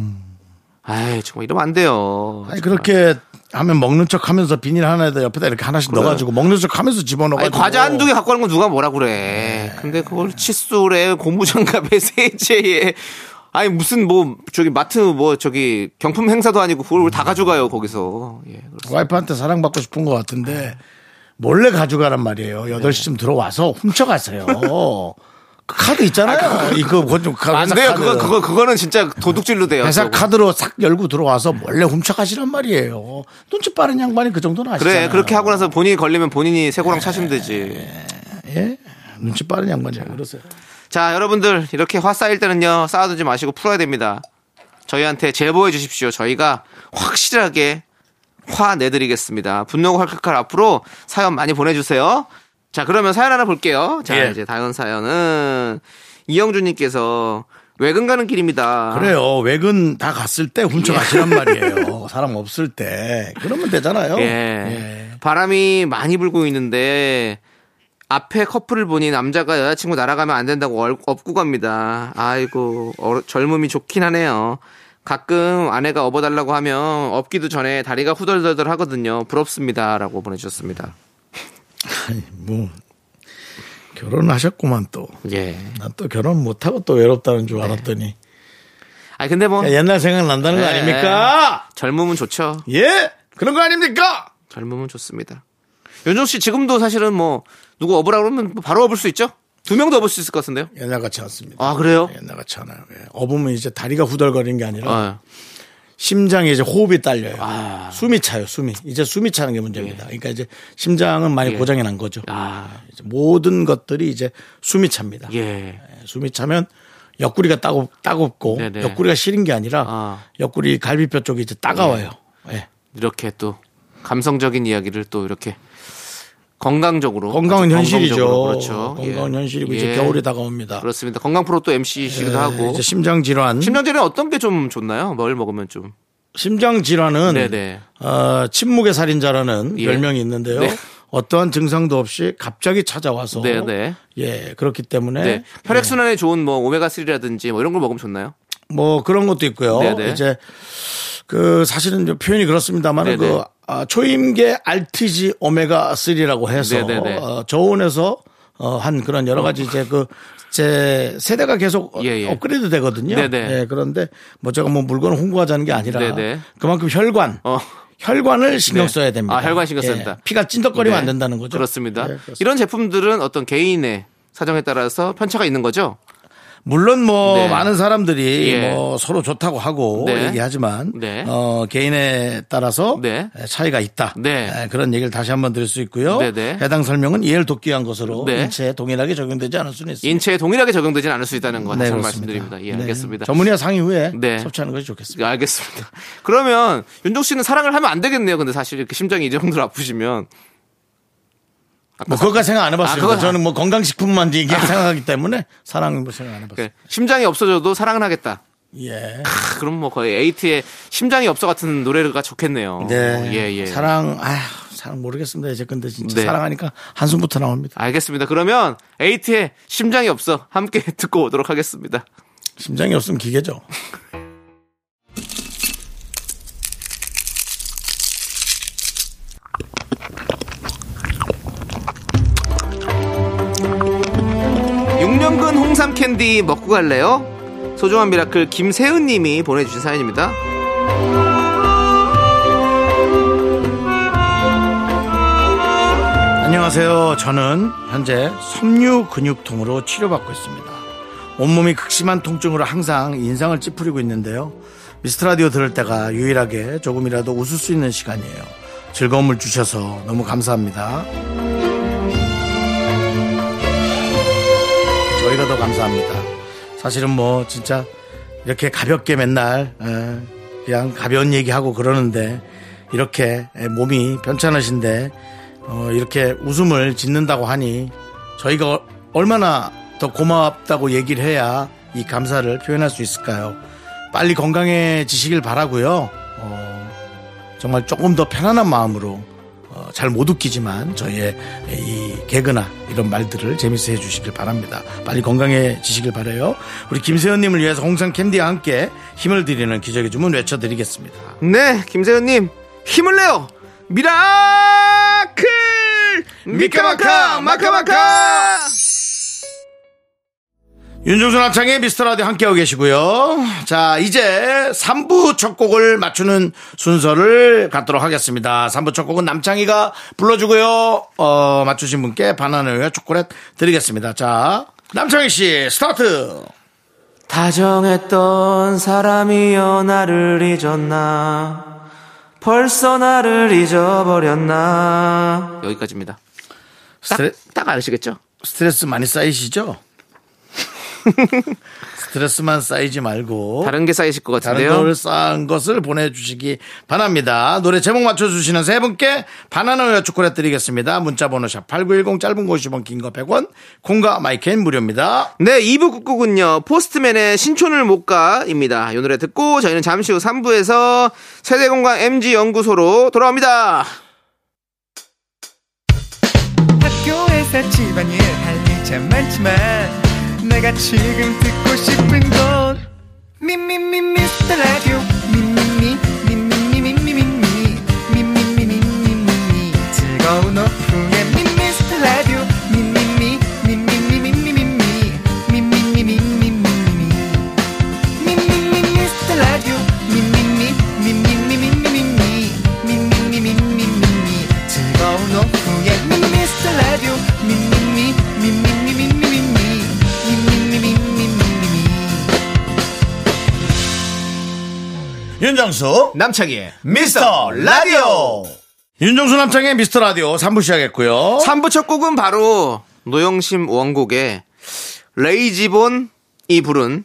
Speaker 2: 아이, 정말 이러면 안 돼요.
Speaker 1: 음. 아니 그렇게 하면 먹는 척 하면서 비닐 하나에다 옆에다 이렇게 하나씩 넣어가지고 먹는 척 하면서
Speaker 2: 아니,
Speaker 1: 집어넣어가지고
Speaker 2: 과자 한두 개 갖고 가는 건 누가 뭐라 그래.
Speaker 1: 네.
Speaker 2: 근데 그걸 칫솔에 고무장갑에 세제에 아니 무슨 뭐 저기 마트 뭐 저기 경품 행사도 아니고 그걸 왜다
Speaker 1: 음.
Speaker 2: 가져가요 거기서. 예. 그렇습니다.
Speaker 1: 와이프한테 사랑받고 싶은 것 같은데 몰래 가져가란 말이에요.
Speaker 2: 네.
Speaker 1: 8시쯤 들어와서 훔쳐가세요. 그 카드 있잖아요. 이거 그거 좀 가-
Speaker 2: 안
Speaker 1: 회사
Speaker 2: 돼요.
Speaker 1: 카드.
Speaker 2: 아, 그거 그거 그거는 진짜 도둑질로 돼요.
Speaker 1: 회사
Speaker 2: 그거.
Speaker 1: 카드로 싹 열고 들어와서 몰래 훔쳐가시란 말이에요. 눈치 빠른 양반이 그 정도는 아시잖아요. 네.
Speaker 2: 그래 그렇게 하고 나서 본인이 걸리면 본인이 새고랑 차시면 되지.
Speaker 1: 예? 눈치 빠른 양반이 그러세요.
Speaker 2: 자 여러분들 이렇게 화 쌓일 때는요 쌓아두지 마시고 풀어야 됩니다. 저희한테 제보해 주십시오. 저희가 확실하게 화 내드리겠습니다. 분노가 칼칼칼 앞으로 사연 많이 보내주세요. 자 그러면 사연 하나 볼게요. 자
Speaker 1: 예.
Speaker 2: 이제 다음 사연은 이영준님께서 외근 가는 길입니다.
Speaker 1: 그래요. 외근 다 갔을 때 훔쳐가시란 말이에요. 사람 없을 때. 그러면 되잖아요.
Speaker 2: 예. 바람이 많이 불고 있는데 앞에 커플을 보니 남자가 여자친구 날아가면 안 된다고 얼- 업고 갑니다. 아이고 어- 젊음이 좋긴 하네요. 가끔 아내가 업어달라고 하면 업기도 전에 다리가 후덜덜덜 하거든요. 부럽습니다라고 보내주셨습니다.
Speaker 1: 아니, 뭐, 결혼하셨구만 또.
Speaker 2: 예.
Speaker 1: 난 또 결혼 못하고 또 외롭다는
Speaker 2: 네.
Speaker 1: 줄 알았더니.
Speaker 2: 아 근데 뭐
Speaker 1: 야, 옛날 생각난다는 거
Speaker 2: 예.
Speaker 1: 아닙니까?
Speaker 2: 젊음은 좋죠.
Speaker 1: 예? 그런 거 아닙니까?
Speaker 2: 젊음은 좋습니다. 윤정 씨 지금도 사실은 뭐 누구 업으라 그러면 바로 업을 수 있죠? 두 명도 업을 수 있을 것 같은데요?
Speaker 1: 옛날 같지 않습니다.
Speaker 2: 아 그래요?
Speaker 1: 옛날 같지 않아요. 예. 업으면 이제 다리가 후덜거리는 게 아니라
Speaker 2: 아,
Speaker 1: 심장에 이제 호흡이 딸려요. 숨이 차요, 숨이. 이제 숨이 차는 게 문제입니다. 그러니까 이제 심장은 많이 고장이 난 거죠.
Speaker 2: 예. 아
Speaker 1: 이제 모든 것들이 이제 숨이 찹니다.
Speaker 2: 예.
Speaker 1: 예, 숨이 차면 옆구리가 따갑, 따갑고
Speaker 2: 네네.
Speaker 1: 옆구리가 시린 게 아니라
Speaker 2: 아.
Speaker 1: 옆구리 갈비뼈 쪽이 이제 따가워요. 예.
Speaker 2: 이렇게 또 감성적인 이야기를 또 이렇게 건강적으로
Speaker 1: 건강은
Speaker 2: 아주
Speaker 1: 현실이죠.
Speaker 2: 건강적으로, 그렇죠.
Speaker 1: 건강은
Speaker 2: 예.
Speaker 1: 현실이고 이제
Speaker 2: 예.
Speaker 1: 겨울이 다가옵니다. 예,
Speaker 2: 그렇습니다. 건강 프로 또 MC시기도 하고
Speaker 1: 이제 심장 질환.
Speaker 2: 심장질환 어떤 게 좀 좋나요? 뭘 먹으면 좀
Speaker 1: 심장 질환은
Speaker 2: 네네.
Speaker 1: 어, 침묵의 살인자라는
Speaker 2: 예.
Speaker 1: 별명이 있는데요.
Speaker 2: 네.
Speaker 1: 어떠한 증상도 없이 갑자기 찾아와서
Speaker 2: 네네.
Speaker 1: 예 그렇기 때문에
Speaker 2: 네. 혈액 순환에 좋은 뭐 오메가 3라든지 뭐 이런 걸 먹으면 좋나요?
Speaker 1: 뭐 그런 것도 있고요.
Speaker 2: 네네.
Speaker 1: 이제 그 사실은 이제 표현이 그렇습니다만
Speaker 2: 네네.
Speaker 1: 그 아, 초임계 RTG 오메가 3라고 해서
Speaker 2: 네네네.
Speaker 1: 어, 저온에서 어, 한 그런 여러 가지 이제 그 제 세대가 계속 어,
Speaker 2: 예, 예.
Speaker 1: 업그레이드 되거든요.
Speaker 2: 네네.
Speaker 1: 예, 그런데 뭐 제가 뭐 물건을 홍보하자는 게 아니라
Speaker 2: 네네.
Speaker 1: 그만큼 혈관
Speaker 2: 어.
Speaker 1: 혈관을 신경
Speaker 2: 네.
Speaker 1: 써야 됩니다.
Speaker 2: 아, 혈관 신경 써야
Speaker 1: 예,
Speaker 2: 된다.
Speaker 1: 피가 찐덕거리면
Speaker 2: 네.
Speaker 1: 안 된다는 거죠. 네,
Speaker 2: 그렇습니다.
Speaker 1: 예, 그렇습니다.
Speaker 2: 이런 제품들은 어떤 개인의 사정에 따라서 편차가 있는 거죠?
Speaker 1: 물론 뭐
Speaker 2: 네.
Speaker 1: 많은 사람들이
Speaker 2: 예.
Speaker 1: 뭐 서로 좋다고 하고
Speaker 2: 네.
Speaker 1: 얘기하지만
Speaker 2: 네.
Speaker 1: 어, 개인에 따라서
Speaker 2: 네.
Speaker 1: 차이가 있다.
Speaker 2: 네.
Speaker 1: 에, 그런 얘기를 다시 한번 드릴 수 있고요.
Speaker 2: 네, 네.
Speaker 1: 해당 설명은 이해를 돕기 위한 것으로
Speaker 2: 네.
Speaker 1: 인체에 동일하게 적용되지 않을 수는 있습니다.
Speaker 2: 인체에 동일하게 적용되진 않을 수 있다는 거 다시 한번
Speaker 1: 그렇습니다.
Speaker 2: 말씀드립니다. 예,
Speaker 1: 네.
Speaker 2: 알겠습니다.
Speaker 1: 전문의와 상의 후에
Speaker 2: 네.
Speaker 1: 섭취하는 것이 좋겠습니다.
Speaker 2: 알겠습니다. 그러면 윤종 씨는 사랑을 하면 안 되겠네요. 근데 사실 이렇게 심장이 이 정도로 아프시면
Speaker 1: 뭐 그것까지 생각 안 해봤습니다.
Speaker 2: 아, 그건- 아.
Speaker 1: 저는 뭐 건강식품만 얘기 생각하기 때문에 사랑은 뭐 생각 안 해봤어요.
Speaker 2: 그러니까 심장이 없어져도 사랑은 하겠다.
Speaker 1: 예.
Speaker 2: 크, 그럼 뭐 거의 에이트의 심장이 없어 같은 노래가 좋겠네요.
Speaker 1: 네.
Speaker 2: 예, 예.
Speaker 1: 사랑, 아휴, 사랑 모르겠습니다. 이제 근데 진짜
Speaker 2: 네.
Speaker 1: 사랑하니까 한숨부터 나옵니다.
Speaker 2: 알겠습니다. 그러면 에이트의 심장이 없어 함께 듣고 오도록 하겠습니다.
Speaker 1: 심장이 없으면 기계죠.
Speaker 2: 육년근 홍삼 캔디 먹고 갈래요? 소중한 미라클 김세은 님이 보내주신 사연입니다.
Speaker 1: 안녕하세요. 저는 현재 섬유 근육통으로 치료받고 있습니다. 온몸이 극심한 통증으로 항상 인상을 찌푸리고 있는데요. 미스트라디오 들을 때가 유일하게 조금이라도 웃을 수 있는 시간이에요. 즐거움을 주셔서 너무 감사합니다. 저희가 더 감사합니다. 사실은 뭐 진짜 이렇게 가볍게 맨날 에, 그냥 가벼운 얘기하고 그러는데 이렇게 에, 몸이 편찮으신데 어, 이렇게 웃음을 짓는다고 하니 저희가 어- 얼마나 더 고맙다고 얘기를 해야 이 감사를 표현할 수 있을까요? 빨리 건강해지시길 바라고요. 어, 정말 조금 더 편안한 마음으로 어, 잘 못 웃기지만 저희의 이 개그나 이런 말들을 재밌어 해주시길 바랍니다. 빨리 건강해지시길 바래요. 우리 김세현님을 위해서 홍상 캔디와 함께 힘을 드리는 기적의 주문 외쳐드리겠습니다.
Speaker 2: 네, 김세현 님 힘을 내요. 미라클 미카마카 마카마카
Speaker 1: 윤종수 남창의 미스터라디오 함께하고 계시고요. 자 이제 3부 첫 곡을 맞추는 순서를 갖도록 하겠습니다. 3부 첫 곡은 남창희가 불러주고요. 어, 맞추신 분께 바나나우유 초콜릿 드리겠습니다. 자 남창희 씨 스타트
Speaker 2: 다정했던 사람이여 나를 잊었나 벌써 나를 잊어버렸나 여기까지입니다 딱,
Speaker 1: 스트레,
Speaker 2: 딱 아시겠죠?
Speaker 1: 스트레스 많이 쌓이시죠? 스트레스만 쌓이지 말고
Speaker 2: 다른 게 쌓이실 것
Speaker 1: 어? 다른
Speaker 2: 같은데요
Speaker 1: 거를 쌓은 것을 보내주시기 바랍니다. 노래 제목 맞춰주시는 세 분께 바나나우유 초콜릿 드리겠습니다. 문자번호 샵8910 짧은 거 50원 긴 거 100원 콩과 마이크는 무료입니다.
Speaker 2: 네 2부 곡곡은요 포스트맨의 신촌을 못가입니다 이 노래 듣고 저희는 잠시 후 3부에서 세대공간 MG연구소로 돌아옵니다
Speaker 5: 학교에서 집안일 할 일 참 많지만 내가 지금 듣고 싶은 건 미미미 미스터 라디오 미미미 미미미 미미미 미미미 미미미 즐거운 오후에 미스터 라디오 미미미 미미미 미미미 미미미 미미미 미미미 미스터 라디오 미미미 미미미 미미미 미미미 미미미 즐거운 오후에 미스터 라디오 미미미 미미미 미미미 미미미 미미미
Speaker 1: 윤정수 남창희의 미스터 라디오 윤정수 남창희의 미스터 라디오 3부 시작했고요.
Speaker 2: 3부 첫 곡은 바로 노영심 원곡의 레이지본이 부른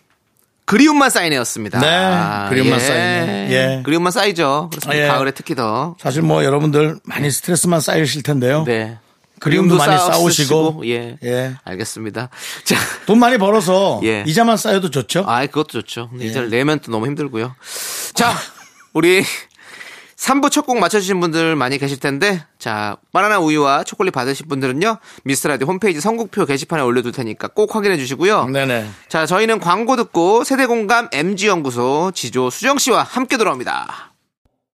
Speaker 2: 그리움만 쌓이네였습니다.
Speaker 1: 네,
Speaker 2: 아,
Speaker 1: 그리움만 쌓이네. 예.
Speaker 2: 그리움만 쌓이죠. 그렇습니다.
Speaker 1: 예.
Speaker 2: 가을에 특히 더.
Speaker 1: 사실 뭐 여러분들 많이 스트레스만 쌓이실 텐데요.
Speaker 2: 네.
Speaker 1: 어. 그리움도 많이
Speaker 2: 쌓아
Speaker 1: 쌓으시고.
Speaker 2: 쓰시고, 예.
Speaker 1: 예.
Speaker 2: 알겠습니다. 자,
Speaker 1: 돈 많이 벌어서
Speaker 2: 예.
Speaker 1: 이자만 쌓여도 좋죠.
Speaker 2: 아, 그것도 좋죠.
Speaker 1: 예.
Speaker 2: 근데 이자를 내면 또 너무 힘들고요. 자, 우리 3부 첫 곡 맞춰주신 분들 많이 계실 텐데, 자, 바나나 우유와 초콜릿 받으실 분들은요, 미스터라디오 홈페이지 선곡표 게시판에 올려둘 테니까 꼭 확인해 주시고요.
Speaker 1: 네네.
Speaker 2: 자, 저희는 광고 듣고 세대공감 MG연구소 지조 수정씨와 함께 돌아옵니다.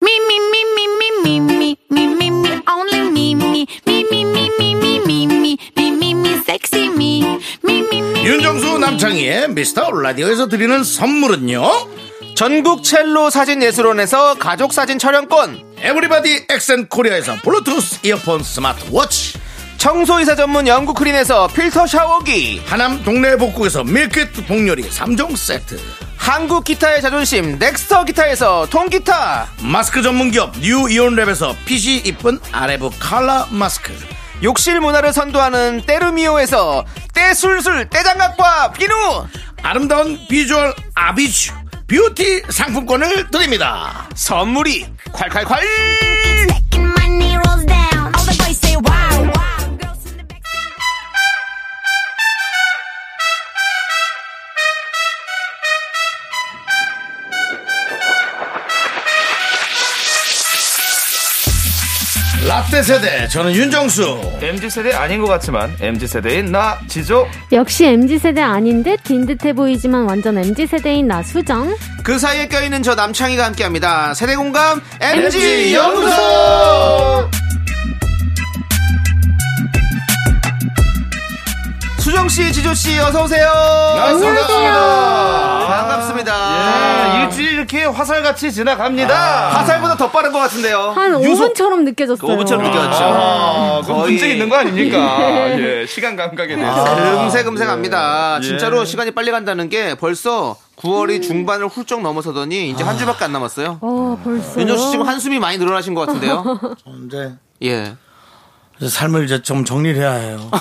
Speaker 4: Me, me, me, me, me, me, me, me, me, me, only me, me, me, me, me, me, me, me, me, me, me, me, sexy me, me, me, me.
Speaker 1: 윤정수 남창희의 미스터 라디오에서 드리는 선물은요.
Speaker 2: 전국 첼로 사진예술원에서 가족사진 촬영권,
Speaker 1: 에브리바디 엑센 코리아에서 블루투스 이어폰 스마트워치
Speaker 2: 청소이사 전문 영국 크린에서 필터 샤워기
Speaker 1: 하남 동네 복국에서 밀키트 복요리 3종 세트
Speaker 2: 한국 기타의 자존심 넥스터 기타에서 통기타
Speaker 1: 마스크 전문기업 뉴 이온랩에서 핏이 이쁜 아레브 칼라 마스크
Speaker 2: 욕실 문화를 선도하는 때르미오에서 때술술 때장갑과 비누
Speaker 1: 아름다운 비주얼 아비쥬 뷰티 상품권을 드립니다
Speaker 2: 선물이 콸콸콸
Speaker 4: Second money rolls down. All the boys say wow. wow. Girls in the back.
Speaker 1: 라떼 세대 저는 윤정수
Speaker 6: MZ세대 아닌 것 같지만 MZ세대인 나 지조
Speaker 7: 역시 MZ세대 아닌 듯 딘듯해 보이지만 완전 MZ세대인 나 수정.
Speaker 2: 그 사이에 껴있는 저 남창희가 함께합니다. 세대공감 MG
Speaker 1: MG
Speaker 2: 연구소. 수정 씨, 지조 씨, 어서 오세요. 반갑습니다. 반갑습니다.
Speaker 6: 예,
Speaker 2: 아,
Speaker 6: 일주일 이렇게 화살같이 지나갑니다
Speaker 2: 화살보다 더 빠른 것 같은데요.
Speaker 7: 한 5분처럼 느껴졌어요.
Speaker 2: 5분처럼 느껴졌죠.
Speaker 6: 아, 그럼
Speaker 2: 거의-
Speaker 6: 문제 있는 거 아닙니까 예 시간 감각에 대해서
Speaker 2: 금세 금세 갑니다. 진짜로 시간이 빨리 간다는 게 벌써 9월이 중반을 훌쩍 넘어서더니 이제 한 주밖에 안 음. 남았어요.
Speaker 7: 어, 벌써.
Speaker 2: 윤정 씨 지금 한숨이 많이 늘어나신 것 같은데요.
Speaker 1: 이제
Speaker 2: 예.
Speaker 1: 아, 이제 삶을 이제 좀 정리를 해야 해요
Speaker 7: 아,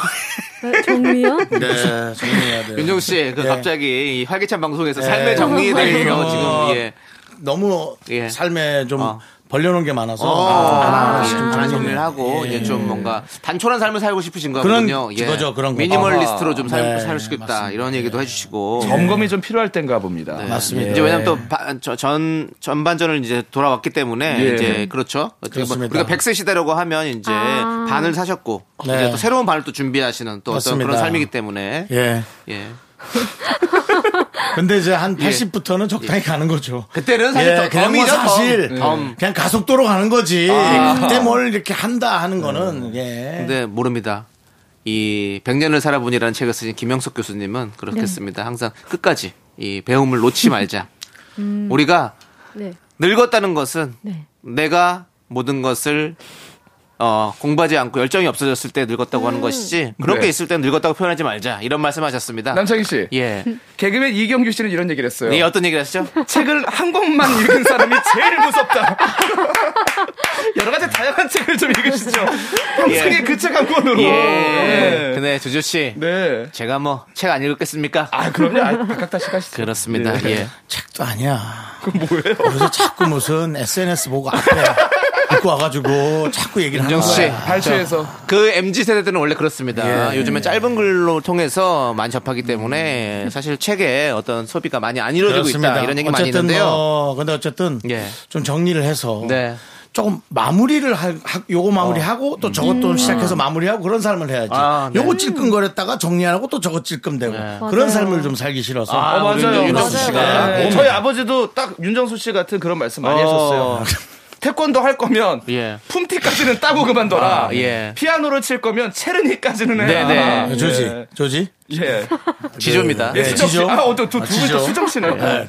Speaker 7: 정리요?
Speaker 1: 네 정리해야 돼요
Speaker 2: 윤정 씨, 그
Speaker 1: 예.
Speaker 2: 갑자기 이 활기찬 방송에서
Speaker 1: 예.
Speaker 2: 삶의 정리되어 지금 예.
Speaker 1: 너무
Speaker 2: 예.
Speaker 1: 삶에 좀
Speaker 2: 어.
Speaker 1: 벌려놓은 게 많아서
Speaker 2: 아,
Speaker 1: 하나씩
Speaker 2: 예.
Speaker 1: 좀
Speaker 2: 하나
Speaker 1: 정리를
Speaker 2: 정리를 하고 이제 좀 뭔가 단촐한 삶을 살고 싶으신
Speaker 1: 그런
Speaker 2: 거거든요. 예.
Speaker 1: 그거죠, 그런 거.
Speaker 2: 미니멀리스트로 좀 삶을
Speaker 1: 네,
Speaker 2: 살고 싶겠다
Speaker 1: 맞습니다.
Speaker 2: 이런 얘기도 해주시고.
Speaker 6: 점검이 좀 필요할 땐가 봅니다
Speaker 2: 네.
Speaker 1: 맞습니다.
Speaker 2: 이제 왜냐면
Speaker 1: 예.
Speaker 2: 또전 전반전을 이제 돌아왔기 때문에
Speaker 6: 예.
Speaker 2: 이제 그렇죠. 어떻게 보면
Speaker 1: 그렇습니다.
Speaker 2: 우리가 100세 시대라고 하면 이제
Speaker 7: 아.
Speaker 2: 반을 사셨고
Speaker 1: 네.
Speaker 2: 이제 또 새로운 반을 또 준비하시는 또 어떤
Speaker 1: 맞습니다.
Speaker 2: 그런 삶이기 때문에
Speaker 1: 예.
Speaker 2: 예.
Speaker 1: 근데 이제 한 80부터는 적당히 가는 거죠.
Speaker 2: 예. 그때는 사실
Speaker 1: 예,
Speaker 2: 더
Speaker 1: 그냥 뭐
Speaker 2: 덤이죠, 덤.
Speaker 1: 사실
Speaker 2: 덤. 아.
Speaker 1: 그냥 가속도로 가는 거지. 그때 뭘 이렇게 한다 하는 거는 예.
Speaker 2: 음. 근데 네, 모릅니다. 이 100년을 살아보니라는 책을 쓰신 김영석 교수님은 그렇겠습니다.
Speaker 7: 네.
Speaker 2: 항상 끝까지 이 배움을 놓지 말자. 음. 우리가
Speaker 7: 네.
Speaker 2: 늙었다는 것은
Speaker 7: 네.
Speaker 2: 내가 모든 것을 어, 공부하지 않고 열정이 없어졌을 때 늙었다고
Speaker 7: 음.
Speaker 2: 하는 것이지 그런 게
Speaker 6: 네.
Speaker 2: 있을 때 늙었다고 표현하지 말자 이런 말씀하셨습니다.
Speaker 6: 남창희 씨
Speaker 2: 예.
Speaker 6: 개그맨 이경규 씨는 이런 얘기를 했어요
Speaker 2: 네, 어떤 얘기를 하시죠?
Speaker 6: 책을 한 권만 읽은 사람이 제일 무섭다. 여러 가지 다양한 책을 좀 읽으시죠. 평생에 그 책 한 권으로.
Speaker 2: 예.
Speaker 6: 네.
Speaker 2: 근데 조조 씨,
Speaker 6: 네.
Speaker 2: 제가 뭐 책 안 읽겠습니까?
Speaker 6: 아, 그럼요. 아, 박학다 씨가 시죠
Speaker 2: 그렇습니다.
Speaker 6: 네.
Speaker 2: 예.
Speaker 1: 책도 아니야. 그럼 뭐예요? 그래서 자꾸 무슨 SNS 보고 앞에 입고 와가지고 자꾸 얘기를 하는
Speaker 2: 윤정수 씨,
Speaker 1: 거야.
Speaker 6: 아, 발췌해서. 예.
Speaker 2: 그 MZ 세대들은 원래 그렇습니다. 요즘에 짧은 글로 통해서 많이 접하기 때문에 사실 책에 어떤 소비가 많이 안 이루어지고 있다 이런 얘기 많이
Speaker 1: 어쨌든
Speaker 2: 있는데요.
Speaker 1: 뭐, 근데 어쨌든
Speaker 2: 예.
Speaker 1: 좀 정리를
Speaker 6: 뭐
Speaker 1: 해서
Speaker 2: 네.
Speaker 1: 조금 마무리를 할 하- 요거
Speaker 6: 어.
Speaker 1: 마무리하고 또 저것도
Speaker 2: 음.
Speaker 1: 시작해서 마무리하고 그런 삶을 해야지.
Speaker 2: 아, 네.
Speaker 1: 요거 찔끔거렸다가 정리하고 또 저거 찔끔대고 그런
Speaker 7: 맞아요.
Speaker 1: 삶을 좀 살기 싫어서.
Speaker 6: 어, 네. 맞아요.
Speaker 2: 윤정수 씨가.
Speaker 6: 네. 저희 아버지도 딱 윤정수 씨 같은 그런 말씀 많이
Speaker 2: 어.
Speaker 6: 하셨어요. 태권도 할 거면
Speaker 2: 예.
Speaker 6: 품티까지는 따고 그만둬라.
Speaker 2: 아, 예.
Speaker 6: 피아노를 칠 거면 체르니까지는 해라.
Speaker 2: 네, 네.
Speaker 6: 예.
Speaker 1: 조지, 조지.
Speaker 6: 예.
Speaker 2: 지조입니다.
Speaker 6: 예,
Speaker 1: 네,
Speaker 6: 수정 씨.
Speaker 1: 지죠.
Speaker 6: 아, 어, 또, 또,
Speaker 1: 아,
Speaker 6: 두 분이
Speaker 1: 지죠.
Speaker 6: 또 수정 씨네.
Speaker 1: 네.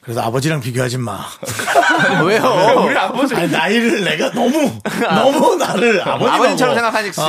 Speaker 1: 그래서 아버지랑 비교하지 마.
Speaker 2: 왜요? 아.
Speaker 6: 우리 아버지.
Speaker 1: 아니, 나이를 내가 너무 너무 나를 아버지라고.
Speaker 2: 아버님처럼 생각하실 수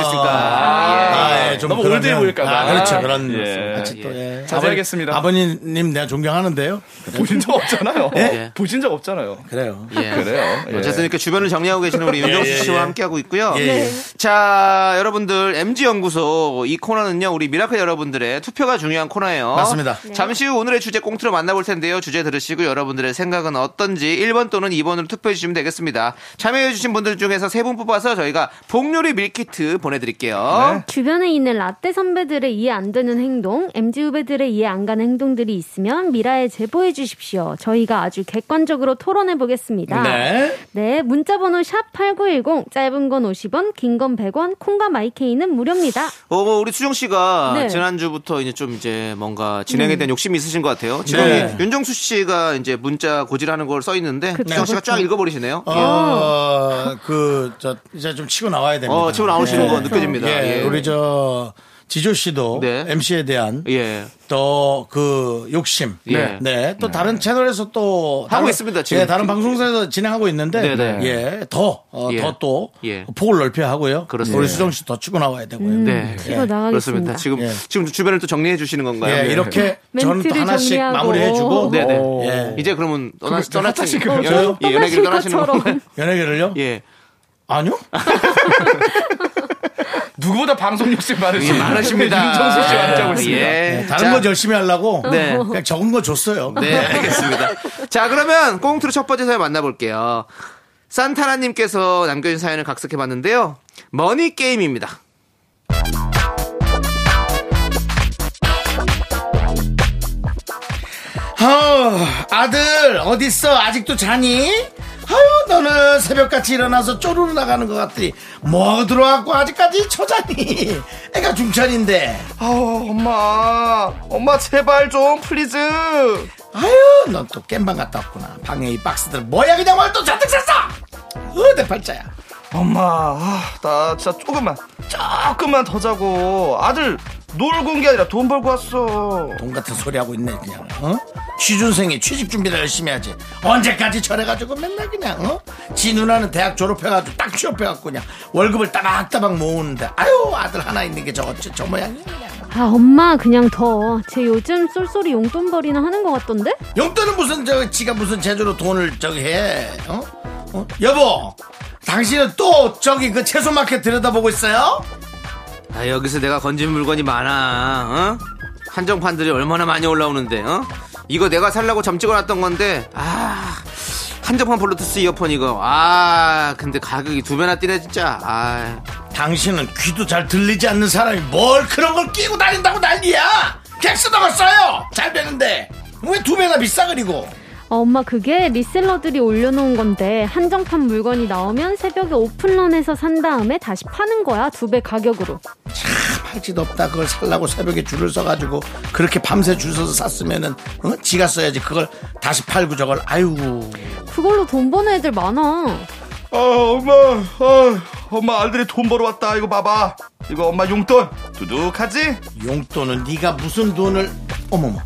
Speaker 2: 있으니까. 예.
Speaker 1: 아, 예, 좀
Speaker 6: 너무
Speaker 1: 그러면-
Speaker 6: 올드해 보일까 봐.
Speaker 1: 아, 그렇죠. 그런
Speaker 6: 예.
Speaker 1: 같이 또 예.
Speaker 6: 자제하겠습니다.
Speaker 1: 아버님 내가 존경하는데요.
Speaker 6: 보신 적 없잖아요.
Speaker 2: 예?
Speaker 6: 보신 적 없잖아요.
Speaker 1: 그래요.
Speaker 2: 예.
Speaker 6: 그래요. 예.
Speaker 2: 어쨌든 이렇게 주변을 정리하고 계시는 우리
Speaker 1: 예,
Speaker 2: 윤정수
Speaker 1: 예,
Speaker 2: 씨와
Speaker 1: 예.
Speaker 2: 함께하고 있고요.
Speaker 1: 예, 예.
Speaker 2: 자, 여러분들, MG연구소 이 코너는요, 우리 미라클 여러분들의 투표가 중요한 코너예요.
Speaker 1: 맞습니다.
Speaker 7: 네.
Speaker 2: 잠시 후 오늘의 주제 꽁트로 만나볼 텐데요. 주제 들으시고 여러분들의 생각은 어떤지 1번 또는 2번으로 투표해주시면 되겠습니다. 참여해주신 분들 중에서 3분 뽑아서 저희가 복요리 밀키트
Speaker 1: 네.
Speaker 2: 보내드릴게요.
Speaker 7: 주변에 있는 라떼 선배들의 이해 안 되는 행동, MZ 후배들의 이해 안 가는 행동들이 있으면 미라에 제보해 주십시오. 저희가 아주 객관적으로 토론해 보겠습니다.
Speaker 1: 네.
Speaker 7: 네, 문자 번호 샵 8910 짧은 건 50원, 긴 건 100원, 콩과 마이케이는 무료입니다.
Speaker 2: 어, 우리 수정 씨가
Speaker 7: 네. 음.
Speaker 2: 지난주부터 이제 좀 이제 뭔가 진행에 대한 욕심이 있으신 것 같아요. 지금
Speaker 1: 네.
Speaker 2: 이 윤정수 씨가 이제 문자 고지라는 걸 써 있는데
Speaker 7: 그쵸, 그렇죠.
Speaker 2: 수정 씨가
Speaker 7: 그쵸.
Speaker 2: 쫙 읽어버리시네요.
Speaker 1: 아,
Speaker 2: 예.
Speaker 1: 어, 그, 아, 저, 이제 좀 치고 나와야 됩니다.
Speaker 2: 어, 치고 나오시는 거 느껴집니다.
Speaker 1: 예,
Speaker 2: 예.
Speaker 1: 우리 저, 지조 씨도
Speaker 2: 네.
Speaker 1: MC에 대한
Speaker 2: 예.
Speaker 1: 또 그 욕심.
Speaker 2: 네.
Speaker 1: 네. 또 다른 채널에서 또
Speaker 2: 하고
Speaker 1: 다른-
Speaker 2: 있습니다, 지금.
Speaker 1: 예, 다른 방송사에서 진행하고 있는데
Speaker 2: 네네.
Speaker 1: 예, 더 어,
Speaker 2: 예.
Speaker 1: 더또
Speaker 2: 예.
Speaker 1: 폭을 넓혀야 하고요.
Speaker 2: 그렇습니다.
Speaker 1: 우리 수정 씨 더 치고 나와야 되고요.
Speaker 2: 네.
Speaker 7: 음, 치고 나가겠습니다.
Speaker 2: 그렇습니다. 지금
Speaker 1: 예.
Speaker 2: 지금 주변을 또 정리해 주시는 건가요?
Speaker 1: 예,
Speaker 2: 네.
Speaker 1: 이렇게 저는 또
Speaker 7: 멘트를
Speaker 1: 하나씩
Speaker 7: 정리하고.
Speaker 1: 마무리해 주고
Speaker 2: 네네.
Speaker 1: 예.
Speaker 2: 이제 그러면 떠나 떠나신
Speaker 1: 하신 거죠?
Speaker 2: 예, 연예계
Speaker 7: 떠나실
Speaker 2: 떠나시는 거.
Speaker 7: 것처럼.
Speaker 1: 연예계를요?
Speaker 2: 예.
Speaker 1: 아니요?
Speaker 6: 누구보다 방송 욕심
Speaker 2: 예.
Speaker 6: 많으신
Speaker 2: 많으십니다.
Speaker 6: 윤정수 씨와 함께하고 있습니다.
Speaker 2: 예.
Speaker 1: 네, 다른
Speaker 2: 자,
Speaker 1: 거 열심히 하려고
Speaker 2: 네.
Speaker 1: 그냥 적은 거 줬어요.
Speaker 2: 네, 알겠습니다. 자, 그러면 꽁트로 첫 번째 사연 만나볼게요. 산타라님께서 남겨준 사연을 각색해봤는데요. 머니 게임입니다.
Speaker 1: 아 아들 어딨어 아직도 자니? 아유 너는 새벽같이 일어나서 쪼르르 나가는 것 같더니 뭐 들어왔고 아직까지 처자니 애가 중천인데
Speaker 6: 아우, 어, 엄마. 엄마, 제발 좀, 플리즈.
Speaker 1: 아유 넌 또 깻방 갔다 왔구나 방에 이 박스들 뭐야 그냥 오늘 또 잔뜩 샀어 어내 팔자야
Speaker 6: 엄마, 아, 나 진짜 조금만, 조금만 더 자고. 아들, 놀고 온 게 아니라 돈 벌고 왔어.
Speaker 1: 돈 같은 소리 하고 있네 그냥 어? 취준생이 취직 준비를 열심히 하지 언제까지 저래가지고 맨날 그냥 어? 지 누나는 대학 졸업해가지고 딱 취업해갖고 그냥 월급을 따박따박 모으는데 아유 아들 하나 있는 게 저거 저 모양이야 그냥
Speaker 7: 아 엄마 그냥 더제 요즘 쏠쏠이 용돈벌이나 하는 것 같던데?
Speaker 1: 용돈은 무슨 저 지가 무슨 제주로 돈을 저기 해 어? 어? 여보 당신은 또 저기 그 채소마켓 들여다보고 있어요?
Speaker 2: 아, 여기서 내가 건진 물건이 많아. 어? 한정판들이 얼마나 많이 올라오는데, 어? 이거 내가 살라고 점 찍어놨던 건데, 아, 한정판 블루투스 이어폰 이거. 아, 근데 가격이 두 배나 뛰네, 진짜. 아,
Speaker 1: 당신은 귀도 잘 들리지 않는 사람이 뭘 그런 걸 끼고 다닌다고 난리야 객수다가 써요 잘 되는데 왜 두 배나 비싸 그리고
Speaker 7: 아, 엄마 그게 리셀러들이 올려놓은 건데 한정판 물건이 나오면 새벽에 오픈런에서 산 다음에 다시 파는 거야 두 배 가격으로.
Speaker 1: 팔지도 없다 그걸 살라고 새벽에 줄을 서가지고 그렇게 밤새 줄 서서 샀으면은 어? 지가 써야지 그걸 다시 팔고 저걸 아이고
Speaker 7: 그걸로 돈 버는 애들 많아.
Speaker 6: 아, 엄마, 아, 엄마, 아들이 돈 벌어 왔다. 이거 봐봐. 이거 엄마 용돈. 두둑하지?
Speaker 1: 용돈은 네가 무슨 돈을 어머머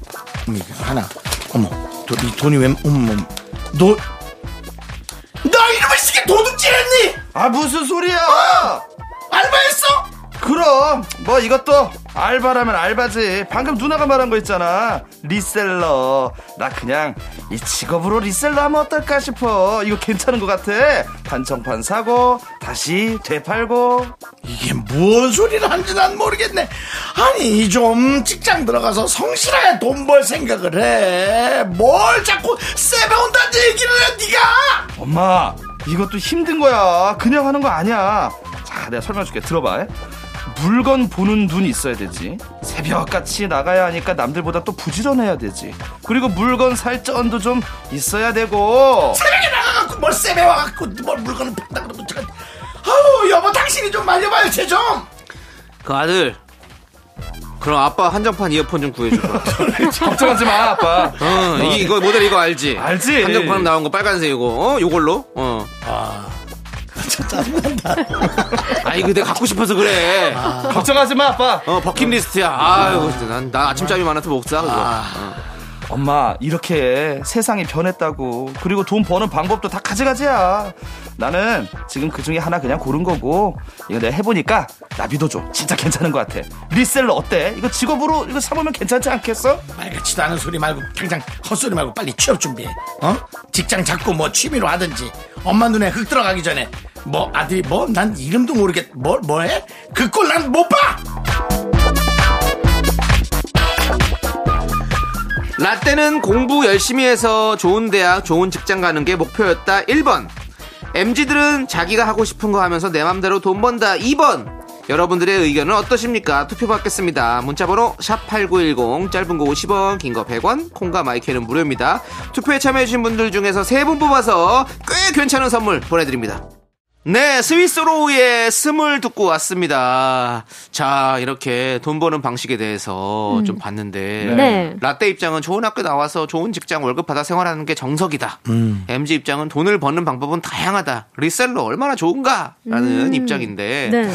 Speaker 1: 어머, 이거 하나 어머 도, 이 돈이 웬 어머머 너너 이놈의 새끼 도둑질했니 어!
Speaker 6: 아, 무슨 소리야!
Speaker 1: 알바했어
Speaker 6: 그럼 뭐 이것도 알바라면 알바지 방금 누나가 말한 거 있잖아 리셀러 나 그냥 이 직업으로 리셀러 하면 어떨까 싶어 이거 괜찮은 것 같아 한정판 사고 다시 되팔고
Speaker 1: 이게 뭔 소리를 하는지 난 모르겠네 아니 좀 직장 들어가서 성실하게 돈 벌 생각을 해 뭘 자꾸 쎄배운다는 얘기를 해 네가
Speaker 6: 엄마 이것도 힘든 거야 그냥 하는 거 아니야 자 내가 설명해 줄게 들어봐 물건 보는 눈이 있어야 되지 새벽같이 나가야 하니까 남들보다 또 부지런해야 되지 그리고 물건 살 전도 좀 있어야 되고
Speaker 1: 새벽에 나가갖고 뭘 쌤에 와갖고 뭘 물건을 판다 그러고 제가 아우 여보 당신이 좀 말려봐요 쟤좀
Speaker 2: 그 아들. 그럼 아빠 한정판 이어폰 좀 구해줘.
Speaker 6: 걱정하지 마, 아빠.
Speaker 2: 어, 이- 이거 모델 이거 알지?
Speaker 6: 알지.
Speaker 2: 한정판 나온 거 빨간색 이거. 어, 요걸로? 어.
Speaker 1: 짜증난다
Speaker 2: 아, 이거 내가 갖고 싶어서 그래.
Speaker 6: 걱정하지 마, 아빠.
Speaker 2: 어, 버킷리스트야. 아유, 진짜 난, 나 아침잠이 많아서 못 사, 그거.
Speaker 6: 엄마, 이렇게 세상이 변했다고. 그리고 돈 버는 방법도 다 가지가지야. 나는 지금 그 중에 하나 그냥 고른 거고. 이거 내가 해보니까 나 믿어줘. 진짜 괜찮은 것 같아. 리셀러 어때? 이거 직업으로 이거 삼으면 괜찮지 않겠어?
Speaker 1: 말같지도 않은 소리 말고 당장 헛소리 말고 빨리 취업 준비해 어? 직장 잡고 뭐 취미로 하든지 엄마 눈에 흙 들어가기 전에 뭐 아들이 뭐 난 이름도 모르겠 뭘 뭐해? 그 꼴 난 못 봐!
Speaker 2: 라떼는 공부 열심히 해서 좋은 대학, 좋은 직장 가는 게 목표였다. 1번. MG들은 자기가 하고 싶은 거 하면서 내 맘대로 돈 번다. 2번. 여러분들의 의견은 어떠십니까? 투표 받겠습니다. 문자번호 샵8910, 짧은 거 50원, 긴 거 100원, 콩과 마이크는 무료입니다. 투표에 참여해주신 분들 중에서 3분 뽑아서 꽤 괜찮은 선물 보내드립니다. 네, 스위스로우의 스물 듣고 왔습니다. 자, 이렇게 돈 버는 방식에 대해서 좀 봤는데,
Speaker 7: 네.
Speaker 2: 라떼 입장은 좋은 학교 나와서 좋은 직장 월급 받아 생활하는 게 정석이다.
Speaker 6: 음.
Speaker 2: MG 입장은 돈을 버는 방법은 다양하다. 리셀러 얼마나 좋은가라는 입장인데,
Speaker 7: 음. 네.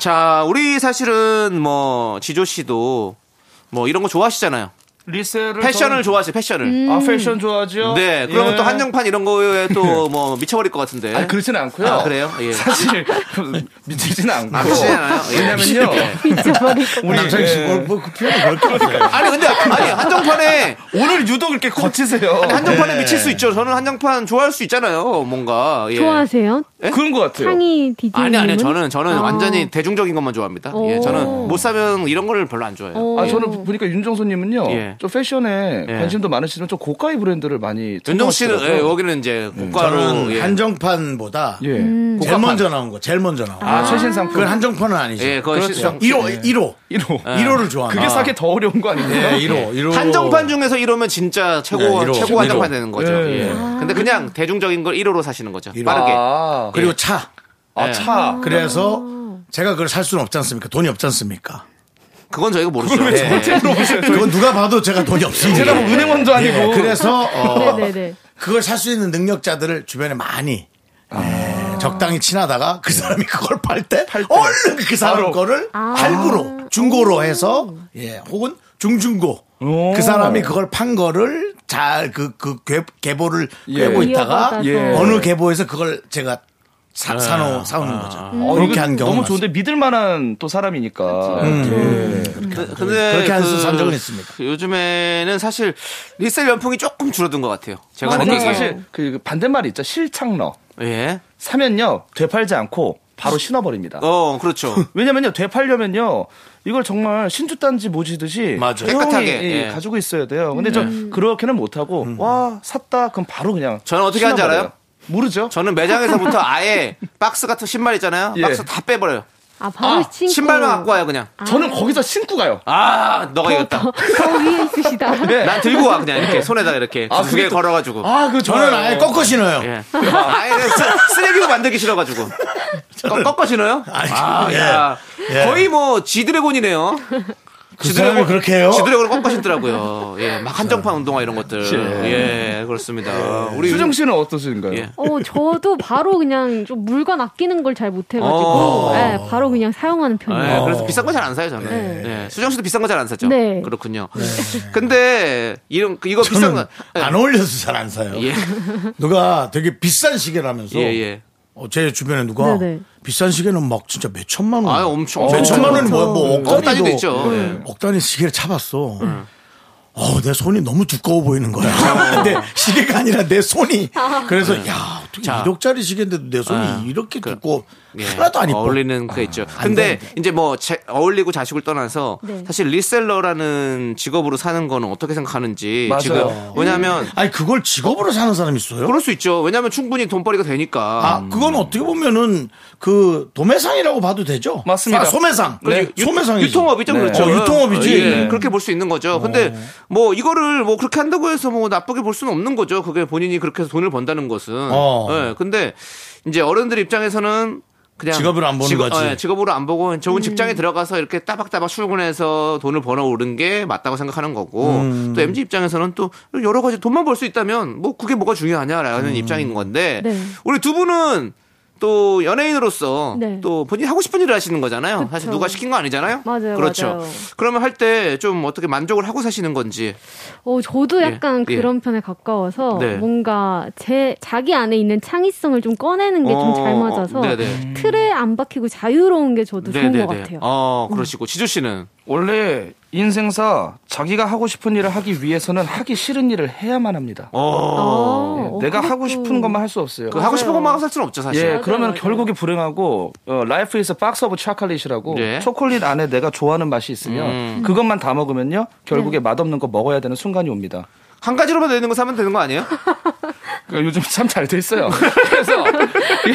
Speaker 2: 자, 우리 사실은 뭐 지조 씨도 뭐 이런 거 좋아하시잖아요.
Speaker 6: 리셀을
Speaker 2: 패션을 좋아하세요. 패션을.
Speaker 7: 음.
Speaker 6: 아 패션 좋아하죠.
Speaker 2: 네. 그러면
Speaker 6: 예.
Speaker 2: 또 한정판 이런 거에 또 뭐 미쳐버릴 것 같은데.
Speaker 6: 아니 그렇진 않고요.
Speaker 2: 아, 그래요? 예.
Speaker 6: 사실 미치진 않고.
Speaker 2: 아, 그렇지 않아요? 예.
Speaker 6: 왜냐면요. 우리
Speaker 1: 남창희 씨,
Speaker 6: 예.
Speaker 1: 뭐, 뭐, 그 표현이 그럴 것 같아요.
Speaker 2: 아니 근데 아니 한정판에
Speaker 6: 예. 오늘 유독 이렇게 거치세요.
Speaker 2: 한정판에
Speaker 6: 어, 네.
Speaker 2: 미칠 수 있죠. 저는 한정판 좋아할 수 있잖아요. 뭔가. 예.
Speaker 7: 좋아하세요?
Speaker 6: 그런 것 같아요.
Speaker 7: 창희 디디
Speaker 2: 아니 아니 저는 저는
Speaker 7: 아.
Speaker 2: 완전히 대중적인 것만 좋아합니다. 예,
Speaker 7: 오.
Speaker 2: 저는 못 사면 이런 거를 별로 안 좋아해요.
Speaker 7: 오.
Speaker 6: 아 저는 보니까 윤정수님은요.
Speaker 2: 예.
Speaker 6: 좀 패션에
Speaker 2: 예.
Speaker 6: 관심도 많으시지만 좀 고가의 브랜드를 많이.
Speaker 2: 윤정 씨는 예,
Speaker 6: 선호하시더라고요.
Speaker 2: 여기는 이제 고가로
Speaker 1: 음, 저는
Speaker 2: 예.
Speaker 1: 한정판보다
Speaker 6: 예.
Speaker 1: 제일 먼저 나온 거, 제일 먼저 나온 거.
Speaker 6: 아 최신 상품.
Speaker 1: 그건 한정판은 아니죠.
Speaker 2: 예, 그건
Speaker 6: 그렇죠.
Speaker 2: 시장-
Speaker 1: 1호, 1호.
Speaker 6: 1호.
Speaker 1: 1호를 좋아하는
Speaker 6: 예. 그게 싸게 더 어려운 거 아니에요?
Speaker 1: 예, 1호, 1호.
Speaker 2: 한정판 중에서 이러면 진짜 최고
Speaker 1: 네, 이로.
Speaker 2: 최고
Speaker 1: 이로.
Speaker 2: 한정판 되는 거죠.
Speaker 6: 예.
Speaker 2: 예. 근데 그냥 대중적인 걸 1호로 사시는 거죠.
Speaker 1: 이로.
Speaker 2: 빠르게.
Speaker 6: 아,
Speaker 1: 그리고 차.
Speaker 6: 아
Speaker 2: 예.
Speaker 6: 차.
Speaker 1: 음. 그래서 제가 그걸 살 수는 없지 않습니까? 돈이 없지 않습니까?
Speaker 2: 그건 저희가 모르죠. 예.
Speaker 1: 그건 누가 봐도 제가 돈이
Speaker 6: 제가
Speaker 1: 없습니다.
Speaker 6: 뭐 은행원도 아니고.
Speaker 1: 예, 그래서 어,
Speaker 7: 네네네.
Speaker 1: 그걸 살 수 있는 능력자들을 주변에 많이 예, 적당히 친하다가 그 사람이 그걸 팔 때 얼른 그 사람
Speaker 6: 바로.
Speaker 1: 거를 할부로 중고로 해서 예 혹은 중중고
Speaker 6: 오.
Speaker 1: 그 사람이 그걸 판 거를 잘 그 그 계보를
Speaker 6: 예.
Speaker 1: 꿰고 있다가
Speaker 7: 이어받아서.
Speaker 6: 예.
Speaker 1: 어느 계보에서 그걸 제가 사, 사놓 사오는 거죠
Speaker 6: 어,
Speaker 1: 그렇게
Speaker 6: 이거
Speaker 1: 한 경우
Speaker 6: 너무 좋은데 믿을 만한 또 사람이니까.
Speaker 1: 음.
Speaker 2: 그-
Speaker 1: 그렇게 한산 적은 있습니다.
Speaker 2: 요즘에는 사실 리셀 연풍이 조금 줄어든 것 같아요. 제가
Speaker 6: 저는
Speaker 2: 느끼기에.
Speaker 6: 사실 그 반대말이 있죠. 실창러.
Speaker 2: 예.
Speaker 6: 사면요. 되팔지 않고 바로 신어버립니다.
Speaker 2: 어, 그렇죠.
Speaker 6: 왜냐면요. 되팔려면요. 이걸 정말 신주단지 모시듯이
Speaker 1: 맞아요.
Speaker 6: 조용히,
Speaker 2: 깨끗하게,
Speaker 6: 예,
Speaker 2: 예. 네. 음.
Speaker 6: 가지고 있어야 돼요. 근데 저 그렇게는 못하고 와 샀다 그럼 바로 그냥
Speaker 2: 저는 어떻게 하는지
Speaker 6: 신어버려요.
Speaker 2: 알아요?
Speaker 6: 모르죠.
Speaker 2: 저는 매장에서부터 아예 박스 같은 신발 있잖아요.
Speaker 6: 예.
Speaker 2: 박스 다 빼버려요.
Speaker 7: 아 바로 신고
Speaker 2: 신발만 갖고 와요, 그냥.
Speaker 6: 저는 거기서 신고 가요.
Speaker 2: 아, 너가 이겼다.
Speaker 7: 저 위에 있으시다.
Speaker 6: 네.
Speaker 2: 난 들고 와, 그냥 이렇게 손에다 이렇게
Speaker 6: 아,
Speaker 2: 두 개
Speaker 6: 그게 또-
Speaker 2: 걸어가지고.
Speaker 6: 아, 그
Speaker 1: 저는 아예 꺾어 신어요.
Speaker 2: 예. 아예 쓰, 레기로 만들기 싫어가지고. 꺾- 꺾어 지나요?
Speaker 1: 아니,
Speaker 2: 아,
Speaker 1: 예.
Speaker 2: 야.
Speaker 1: 예.
Speaker 2: 거의 뭐 지드래곤이네요.
Speaker 1: 그 사람이 그렇게 해요.
Speaker 2: 지드래곤을 꺾어 신더라고요. 예, 막 한정판 운동화 이런 것들. 예, 그렇습니다. 우리
Speaker 6: 수정 씨는 어떠신가요?
Speaker 2: 예.
Speaker 7: 어, 저도 바로 그냥 좀 물건 아끼는 걸 잘 못해가지고,
Speaker 2: 어.
Speaker 7: 예, 바로 그냥 사용하는
Speaker 2: 예,
Speaker 7: 편이에요.
Speaker 2: 그래서 비싼 거 잘 안 사요, 저는. 예. 수정 씨도 비싼 거 잘 안 사죠?
Speaker 7: 네.
Speaker 2: 그렇군요. 근데, 이런, 그 이거 비싼
Speaker 1: 저는
Speaker 2: 거.
Speaker 1: 안 어울려서 잘 안 사요.
Speaker 2: 예.
Speaker 1: 누가 되게 비싼 시계라면서
Speaker 2: 예, 예.
Speaker 1: 어, 제 주변에 누가
Speaker 7: 네네.
Speaker 1: 비싼 시계는 막 진짜 몇 천만 원.
Speaker 2: 아유, 엄청,
Speaker 1: 몇
Speaker 2: 엄청
Speaker 1: 천만 원이 뭐야, 뭐,
Speaker 2: 그런
Speaker 1: 억 단위도
Speaker 2: 단위도 있죠. 예. 음.
Speaker 1: 억 단위 시계를 잡았어. 어, 내 손이 너무 두꺼워 보이는 거야. 근데 시계가 아니라 내 손이. 그래서 야, 어떻게
Speaker 2: 음. 자.
Speaker 1: 2억짜리 시계인데도 내 손이
Speaker 2: 아.
Speaker 1: 이렇게 두꺼워.
Speaker 2: 예,
Speaker 1: 하나도 안 이뻐.
Speaker 2: 어울리는 거 있죠.
Speaker 1: 안
Speaker 2: 근데
Speaker 1: 돼, 안
Speaker 2: 이제 뭐 제- 어울리고 자식을 떠나서
Speaker 7: 네.
Speaker 2: 사실 리셀러라는 직업으로 사는 거는 어떻게 생각하는지
Speaker 6: 맞아요.
Speaker 2: 지금 왜냐하면
Speaker 1: 아니, 그걸 직업으로 사는 사람 있어요?
Speaker 2: 그럴 수 있죠. 왜냐하면 충분히 돈벌이가 되니까.
Speaker 1: 아, 그건 어떻게 보면은 그 도매상이라고 봐도 되죠?
Speaker 6: 맞습니다.
Speaker 1: 아, 소매상.
Speaker 6: 네.
Speaker 2: 유-
Speaker 1: 소매상이죠.
Speaker 2: 유통업이죠,
Speaker 6: 네.
Speaker 2: 그렇죠.
Speaker 1: 어, 유통업이지. 어.
Speaker 2: 예, 그렇게 볼 수 있는 거죠. 근데 뭐 이거를 뭐 그렇게 한다고 해서 뭐 나쁘게 볼 수는 없는 거죠. 그게 본인이 그렇게 해서 돈을 번다는 것은.
Speaker 1: 어.
Speaker 2: 예, 근데 이제 어른들 입장에서는 그냥
Speaker 1: 직업으로 안 보는 거지. 음.
Speaker 2: 예, 직업으로 안 보고 좋은 직장에 들어가서 이렇게 따박따박 출근해서 돈을 벌어 오른 게 맞다고 생각하는 거고
Speaker 1: 음.
Speaker 2: 또 MZ 입장에서는 또 여러 가지 돈만 벌 수 있다면 뭐 그게 뭐가 중요하냐라는
Speaker 1: 음.
Speaker 2: 입장인 건데
Speaker 7: 네.
Speaker 2: 우리 두 분은 또 연예인으로서
Speaker 7: 네.
Speaker 2: 또 본인이 하고 싶은 일을 하시는 거잖아요. 사실
Speaker 7: 그쵸.
Speaker 2: 누가 시킨 거 아니잖아요.
Speaker 7: 맞아요,
Speaker 2: 그렇죠.
Speaker 7: 맞아요.
Speaker 2: 그러면 할 때 좀 어떻게 만족을 하고 사시는 건지.
Speaker 7: 어, 저도 약간
Speaker 2: 예, 예.
Speaker 7: 그런 편에 가까워서
Speaker 2: 네.
Speaker 7: 뭔가 제 자기 안에 있는 창의성을 좀 꺼내는 게 좀 잘
Speaker 2: 어,
Speaker 7: 맞아서
Speaker 2: 네네. 네,
Speaker 7: 틀에 안 박히고 자유로운 게 저도 좋은 것 같아요.
Speaker 2: 어, 그러시고 지조 씨는
Speaker 6: 원래 인생사 자기가 하고 싶은 일을 하기 위해서는 하기 싫은 일을 해야만 합니다.
Speaker 7: 어, 어,
Speaker 6: 내가 하고
Speaker 7: 그것도-
Speaker 6: 싶은 것만 할 수 없어요.
Speaker 2: 그 하고 싶은 것만 하고 살 수는 없죠,
Speaker 6: 예,
Speaker 2: 사실.
Speaker 6: 그러면
Speaker 7: 맞아요.
Speaker 6: 결국에 불행하고 어, 라이프 이즈 박스 오브 초콜릿이라고
Speaker 2: 예.
Speaker 6: 초콜릿 안에 내가 좋아하는 맛이 있으면 그것만 다 먹으면요 결국에 맛없는 거 먹어야 되는 순간이 옵니다.
Speaker 2: 한 가지로만 되는 거 사면 되는 거 아니에요?
Speaker 6: 그러니까 요즘 참 잘 돼 있어요. 그래서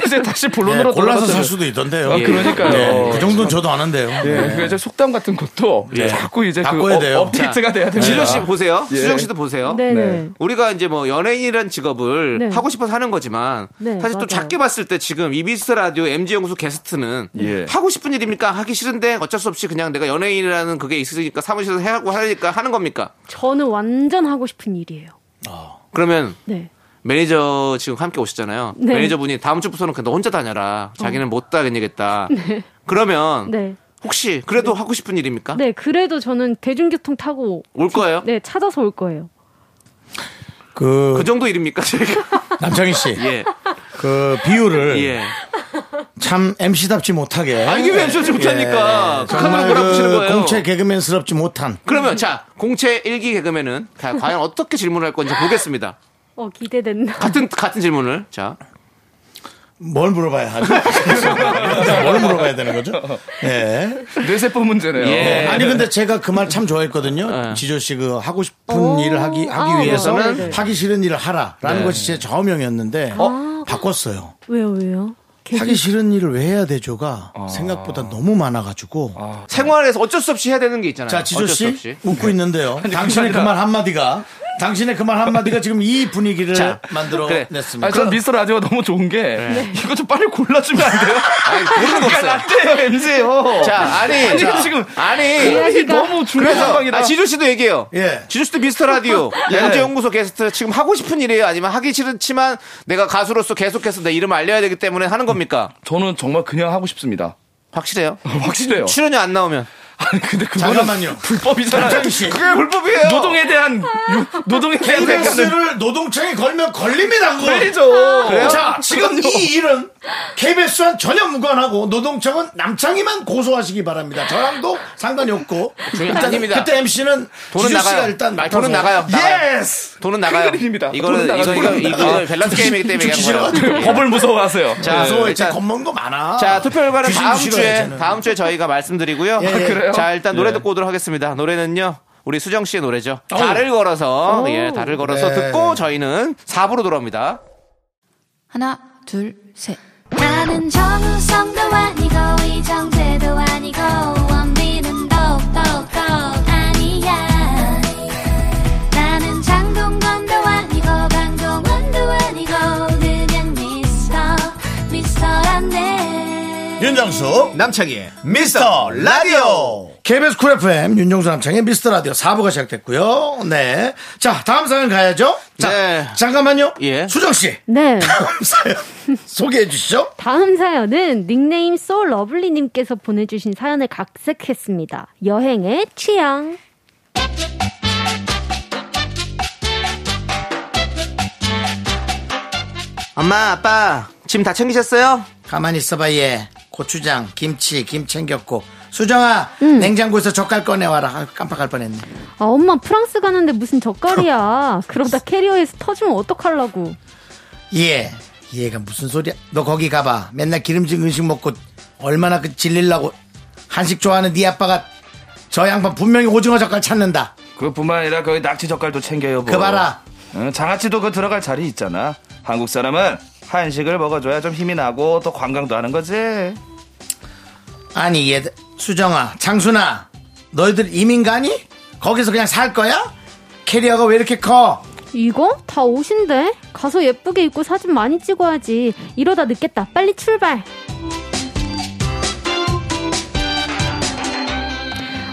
Speaker 6: 이제 다시 본론으로
Speaker 1: 예, 골라서
Speaker 6: 돌아가서-
Speaker 1: 살 수도 있던데요.
Speaker 6: 아,
Speaker 1: 예.
Speaker 6: 그러니까요.
Speaker 1: 예, 그 정도는 저도 아는데요.
Speaker 6: 예,
Speaker 1: 예.
Speaker 6: 그러니까 이제 속담 같은 것도 자꾸 이제 그
Speaker 1: 바꿔야 돼요.
Speaker 6: 업, 업데이트가 돼야 됩니다.
Speaker 2: 지조 씨 보세요.
Speaker 6: 예.
Speaker 2: 수정 씨도 보세요.
Speaker 7: 네. 네네.
Speaker 2: 우리가 이제 뭐 연예인이란 직업을
Speaker 7: 네.
Speaker 2: 하고 싶어서 하는 거지만
Speaker 7: 네,
Speaker 2: 사실 또
Speaker 7: 맞아요.
Speaker 2: 작게 봤을 때 지금 이비스 라디오 MG 연구소 게스트는
Speaker 6: 예.
Speaker 2: 하고 싶은 일입니까? 하기 싫은데 어쩔 수 없이 그냥 내가 연예인이라는 그게 있으니까 사무실에서 해하고 하니까 하는 겁니까?
Speaker 7: 저는 완전 하고 싶은 일이에요.
Speaker 2: 그러면
Speaker 7: 네.
Speaker 2: 매니저 지금 함께 오셨잖아요.
Speaker 7: 네. 어.
Speaker 2: 매니저분이 다음 주부터는 그냥 너 혼자 다녀라. 자기는 못 다니겠다. 그러면
Speaker 7: 네.
Speaker 2: 혹시 그래도 하고 싶은 일입니까?
Speaker 7: 네, 그래도 저는 대중교통 타고
Speaker 2: 올 거예요?
Speaker 7: 네, 찾아서 올 거예요.
Speaker 1: 그
Speaker 2: 그 정도 일입니까? 저희가
Speaker 1: 남창희 씨,
Speaker 2: 예.
Speaker 1: 그 비유를
Speaker 2: 예.
Speaker 1: 참 MC답지 못하게. 예.
Speaker 2: 아니, 이게 왜 MC답지 못합니까? 그 카메라
Speaker 1: 정말
Speaker 2: 몰아붙이는
Speaker 1: 그
Speaker 2: 거예요.
Speaker 1: 공채 개그맨스럽지 못한.
Speaker 2: 그러면 자 공채 일기 개그맨은 가- 과연 어떻게 질문을 할 건지 보겠습니다.
Speaker 7: 어, 기대된다.
Speaker 2: 같은 같은 질문을 자
Speaker 1: 뭘 물어봐야 하죠? 일단 뭘 물어봐야 되는 거죠? 예.
Speaker 6: 뇌세포 문제네요.
Speaker 2: 예.
Speaker 1: 아니 근데 제가 그 말 참 좋아했거든요.
Speaker 2: 예.
Speaker 1: 지조 씨 그 하고 싶은
Speaker 6: 어.
Speaker 7: 오.
Speaker 1: 일을 하기 하기
Speaker 7: 아,
Speaker 1: 위해서는
Speaker 7: 네네.
Speaker 1: 하기 싫은 일을 하라라는
Speaker 2: 네.
Speaker 1: 것이 제 좌우명이었는데
Speaker 7: 아.
Speaker 1: 바꿨어요.
Speaker 7: 왜요, 왜요? 계속-
Speaker 1: 하기 싫은 일을 왜 해야 되죠가
Speaker 2: 아.
Speaker 1: 생각보다 너무 많아가지고
Speaker 2: 생활에서 어쩔 수 없이 해야 되는 게 있잖아요.
Speaker 1: 자 지조
Speaker 2: 어쩔 수
Speaker 1: 씨
Speaker 2: 없이. 네.
Speaker 1: 웃고 있는데요. 당신의 그 말 한마디가 당신의 그 말 한마디가 지금 이 분위기를 만들어
Speaker 2: 그래.
Speaker 1: 냈습니다.
Speaker 6: 아, 전 미스터 라디오가 너무 좋은 게 네. 이거 좀 빨리 골라주면 안 돼요?
Speaker 2: 아니 모르는 거
Speaker 6: 그러니까
Speaker 2: 없어요.
Speaker 6: 라떼예요, MZ예요.
Speaker 2: 자 아니
Speaker 6: 아니,
Speaker 2: 자,
Speaker 6: 지금
Speaker 2: 아니
Speaker 6: 이게 너무 중요한
Speaker 2: 그래서
Speaker 6: 상황이다. 예.
Speaker 2: 아, 지조 씨도 얘기해요.
Speaker 1: 예.
Speaker 2: 지조 씨도 미스터 라디오 양재 연구소 게스트 지금 하고 싶은 일이에요. 아니면 하기 싫지만 내가 가수로서 계속해서 내 이름을 알려야 되기 때문에 하는 겁니까?
Speaker 6: 저는 정말 그냥 하고 싶습니다.
Speaker 2: 확실해요?
Speaker 6: 확실해요.
Speaker 2: 출연료 안 나오면
Speaker 6: 아니, 근데 그거는
Speaker 1: 잠깐만요.
Speaker 6: 불법이잖아요.
Speaker 1: 남창희 씨.
Speaker 2: 그게 불법이에요.
Speaker 6: 노동에 대한 유- 노동에 대한 생각은
Speaker 1: KBS를 노동청에 걸면 걸립니다. 그거.
Speaker 6: 걸리죠.
Speaker 1: 자, 지금 이 일은 KBS와 전혀 무관하고 노동청은 남창희만 고소하시기 바랍니다. 저랑도 상관이 없고.
Speaker 2: 중요-
Speaker 1: 일단
Speaker 2: 아닙니다.
Speaker 1: 그때 MC는
Speaker 2: 돈은
Speaker 1: 지조 씨가
Speaker 2: 나가요.
Speaker 1: 일단
Speaker 2: 아니, 돈은
Speaker 1: 맡아서-
Speaker 2: 나가요. 나가요.
Speaker 1: 예스.
Speaker 2: 돈은 나가요.
Speaker 6: 그림입니다.
Speaker 2: 이거는
Speaker 6: 돈은
Speaker 2: 이거
Speaker 6: 나가요. 아,
Speaker 2: 이거
Speaker 6: 돈은
Speaker 2: 이거 밸런스 게임이기 때문에
Speaker 1: 죽기
Speaker 2: 얘기한 거예요.
Speaker 1: 싫어가지고.
Speaker 6: 법을 무서워하세요.
Speaker 2: 네. 자,
Speaker 1: 그래서 일단
Speaker 2: 일단
Speaker 1: 겁먹은 거 많아.
Speaker 2: 자, 투표 결과는
Speaker 1: 주식
Speaker 2: 다음
Speaker 1: 주식으로
Speaker 2: 주에
Speaker 1: 해, 쟤는.
Speaker 2: 다음 주에 저희가 말씀드리고요.
Speaker 1: 예, 예. 아,
Speaker 6: 그래요?
Speaker 2: 자, 일단 노래
Speaker 6: 예.
Speaker 2: 듣고 오도록 하겠습니다. 노래는요. 우리 수정 씨의 노래죠. 달을 어. 걸어서 예, 달을 걸어서
Speaker 1: 네.
Speaker 2: 듣고 저희는 4부로 돌아옵니다.
Speaker 8: 하나, 둘, 셋.
Speaker 4: 나는 정우성도 아니고 이정재도 아니고 원빈은 더욱더 아니야 나는 장동건도 아니고 강동원도 아니고 그냥 미스터 미스터란데
Speaker 1: 윤정수 남창희의 미스터 라디오 KBS 쿨 FM 윤정수 남창희의 미스터 라디오 4부가 시작됐고요 네 자 다음 사연 가야죠 자
Speaker 2: 네.
Speaker 1: 잠깐만요
Speaker 2: 예.
Speaker 1: 수정씨
Speaker 7: 네.
Speaker 1: 다음 사연 소개해 주시죠
Speaker 7: 다음 사연은 닉네임 소러블리님께서 보내주신 사연을 각색했습니다. 여행의 취향.
Speaker 2: 엄마, 아빠, 짐 다 챙기셨어요?
Speaker 1: 가만히 있어봐 얘 고추장 김치 김 챙겼고 수정아
Speaker 2: 음.
Speaker 1: 냉장고에서 젓갈 꺼내와라 아, 깜빡할 뻔했네
Speaker 7: 아, 엄마 프랑스 가는데 무슨 젓갈이야. 그러다 캐리어에서 터지면 어떡하려고.
Speaker 1: 얘 얘가 무슨 소리야 너 거기 가봐 맨날 기름진 음식 먹고 얼마나 그 질릴라고 한식 좋아하는 네 아빠가 저 양반 분명히 오징어 젓갈 찾는다
Speaker 6: 그뿐만 아니라 거기 낙지 젓갈도 챙겨요. 뭐.
Speaker 1: 그 봐라.
Speaker 6: 응, 장아찌도 그 들어갈 자리 있잖아. 한국 사람은 한식을 먹어줘야 좀 힘이 나고 또 관광도 하는 거지.
Speaker 1: 아니 얘 수정아 장순아 너희들 이민 가니? 거기서 그냥 살 거야? 캐리어가 왜 이렇게 커?
Speaker 7: 이거? 다 옷인데? 가서 예쁘게 입고 사진 많이 찍어야지. 이러다 늦겠다. 빨리 출발!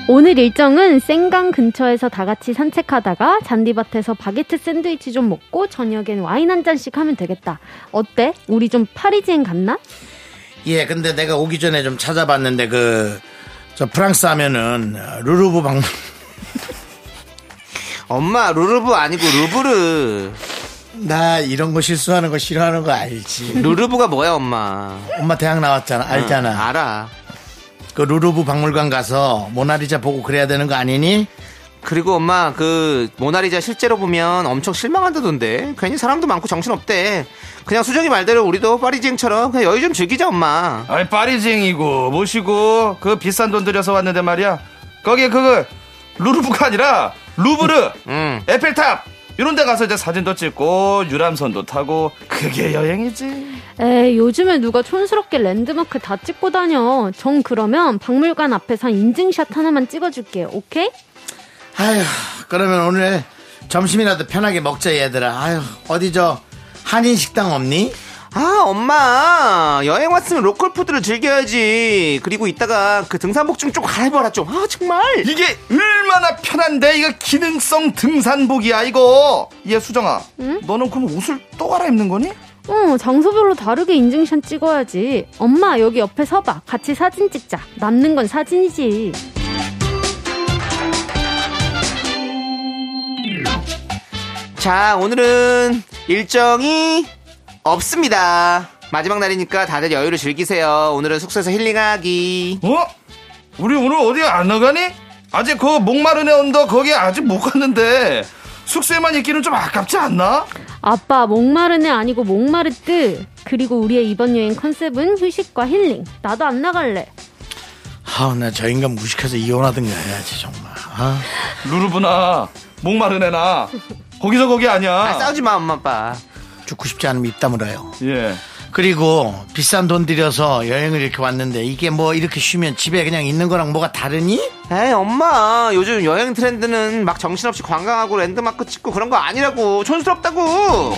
Speaker 7: 오늘 일정은 생강 근처에서 다 같이 산책하다가 잔디밭에서 바게트 샌드위치 좀 먹고 저녁엔 와인 한 잔씩 하면 되겠다. 어때? 우리 좀 파리지엔 갔나?
Speaker 1: 예 근데 내가 오기 전에 좀 찾아봤는데 그 저 프랑스 하면은 어, 루루브 방
Speaker 2: 엄마, 루르브 아니고 루브르.
Speaker 1: 나 이런 거 실수하는 거 싫어하는 거 알지
Speaker 2: 루르브가 뭐야, 엄마?
Speaker 1: 엄마 대학 나왔잖아
Speaker 2: 응,
Speaker 1: 알잖아
Speaker 2: 알아.
Speaker 1: 그 루루브 박물관 가서 모나리자 보고 그래야 되는 거 아니니?
Speaker 2: 그리고 엄마, 그, 모나리자 실제로 보면 엄청 실망한다던데. 괜히 사람도 많고 정신없대. 그냥 수정이 말대로 우리도 파리지행처럼 그냥 여유 좀 즐기자, 엄마.
Speaker 6: 아니 파리쟁이고 뭐시고 그 비싼 돈 들여서 왔는데 말이야. 거기에 그거 루르브가 아니라 루브르,
Speaker 2: 응.
Speaker 6: 에펠탑 이런 데 가서 이제 사진도 찍고 유람선도 타고 그게 여행이지.
Speaker 7: 에이, 요즘에 누가 촌스럽게 랜드마크 다 찍고 다녀. 전 그러면 박물관 앞에서 인증샷 하나만 찍어줄게요. 오케이?
Speaker 1: 아휴, 그러면 오늘 점심이라도 편하게 먹자, 얘들아. 아휴, 어디 저 한인 식당 없니?
Speaker 2: 아, 엄마. 여행 왔으면 로컬 푸드를 즐겨야지. 그리고 이따가 그 등산복 좀 좀 갈아입어라 좀. 아, 정말.
Speaker 6: 이게 얼마나 편한데 이거 기능성 등산복이야 이거 얘 수정아 너는 그럼 옷을 또 갈아입는 거니?
Speaker 7: 어, 장소별로 다르게 인증샷 찍어야지. 엄마, 여기 옆에 서봐. 같이 사진 찍자. 남는 건 사진이지.
Speaker 2: 자, 오늘은 일정이 없습니다. 마지막 날이니까 다들 여유를 즐기세요. 오늘은 숙소에서 힐링하기.
Speaker 6: 어? 우리 오늘 어디 안 나가니? 아직 그 목마른의 언덕 거기 아직 못 갔는데 숙소에만 있기는 좀 아깝지 않나?
Speaker 7: 아빠, 목마르네 아니고 목마르뜨. 그리고 우리의 이번 여행 컨셉은 휴식과 힐링. 나도 안 나갈래.
Speaker 1: 아우 나 저 인간 무식해서 이혼하든가 해야지 정말. 아.
Speaker 6: 루루브나 목마른애나 거기서 거기
Speaker 2: 아,
Speaker 6: 아니야
Speaker 2: 싸우지 마, 엄마, 아빠.
Speaker 1: 죽고 싶지 않으면 입 다물어요.
Speaker 6: 예.
Speaker 1: 그리고 비싼 돈 들여서 여행을 이렇게 왔는데 이게 뭐 이렇게 쉬면 집에 그냥 있는 거랑 뭐가 다르니?
Speaker 2: 에이, 엄마. 요즘 여행 트렌드는 막 정신없이 관광하고 랜드마크 찍고 그런 거 아니라고. 촌스럽다고.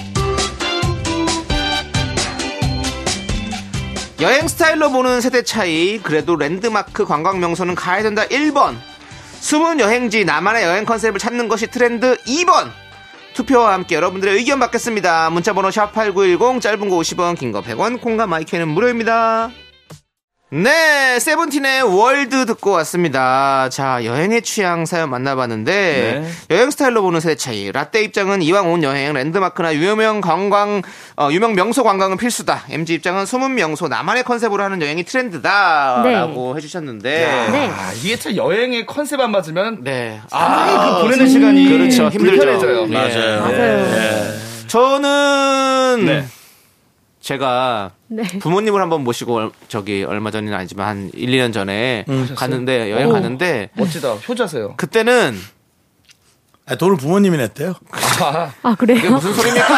Speaker 2: 여행 스타일로 보는 세대 차이. 그래도 랜드마크 관광 명소는 가야 된다 1번. 숨은 여행지 나만의 여행 컨셉을 찾는 것이 트렌드 2번. 투표와 함께 여러분들의 의견 받겠습니다. 문자번호 샵8910 짧은 거 50원 긴 거 100원 콩과 마이크는 무료입니다. 네, 세븐틴의 월드 듣고 왔습니다. 자, 여행의 취향 사연 만나봤는데 여행 스타일로 보는 세대 차이. 라떼 입장은 이왕 온 여행 랜드마크나 유명 관광 어, 유명 명소 관광은 필수다. MG 입장은 숨은 명소 나만의 컨셉으로 하는 여행이 트렌드다라고 해주셨는데
Speaker 7: 네.
Speaker 6: 아 이게 참 여행의 컨셉 안 맞으면
Speaker 2: 네.
Speaker 6: 아, 그 보내는 시간이
Speaker 2: 그렇죠. 힘들죠.
Speaker 6: 불편해져요.
Speaker 2: 예.
Speaker 7: 맞아요.
Speaker 2: 저는
Speaker 6: 네.
Speaker 2: 제가
Speaker 7: 네.
Speaker 2: 부모님을 한번 모시고 얼- 저기 얼마 전이는 아니지만 한 1, 2년 전에 갔는데 여행
Speaker 6: 오.
Speaker 2: 갔는데
Speaker 6: 멋지다. 효자세요.
Speaker 2: 그때는
Speaker 1: 아, 돈을 부모님이 냈대요.
Speaker 6: 아,
Speaker 7: 아, 그래요?
Speaker 2: 무슨 소리입니까?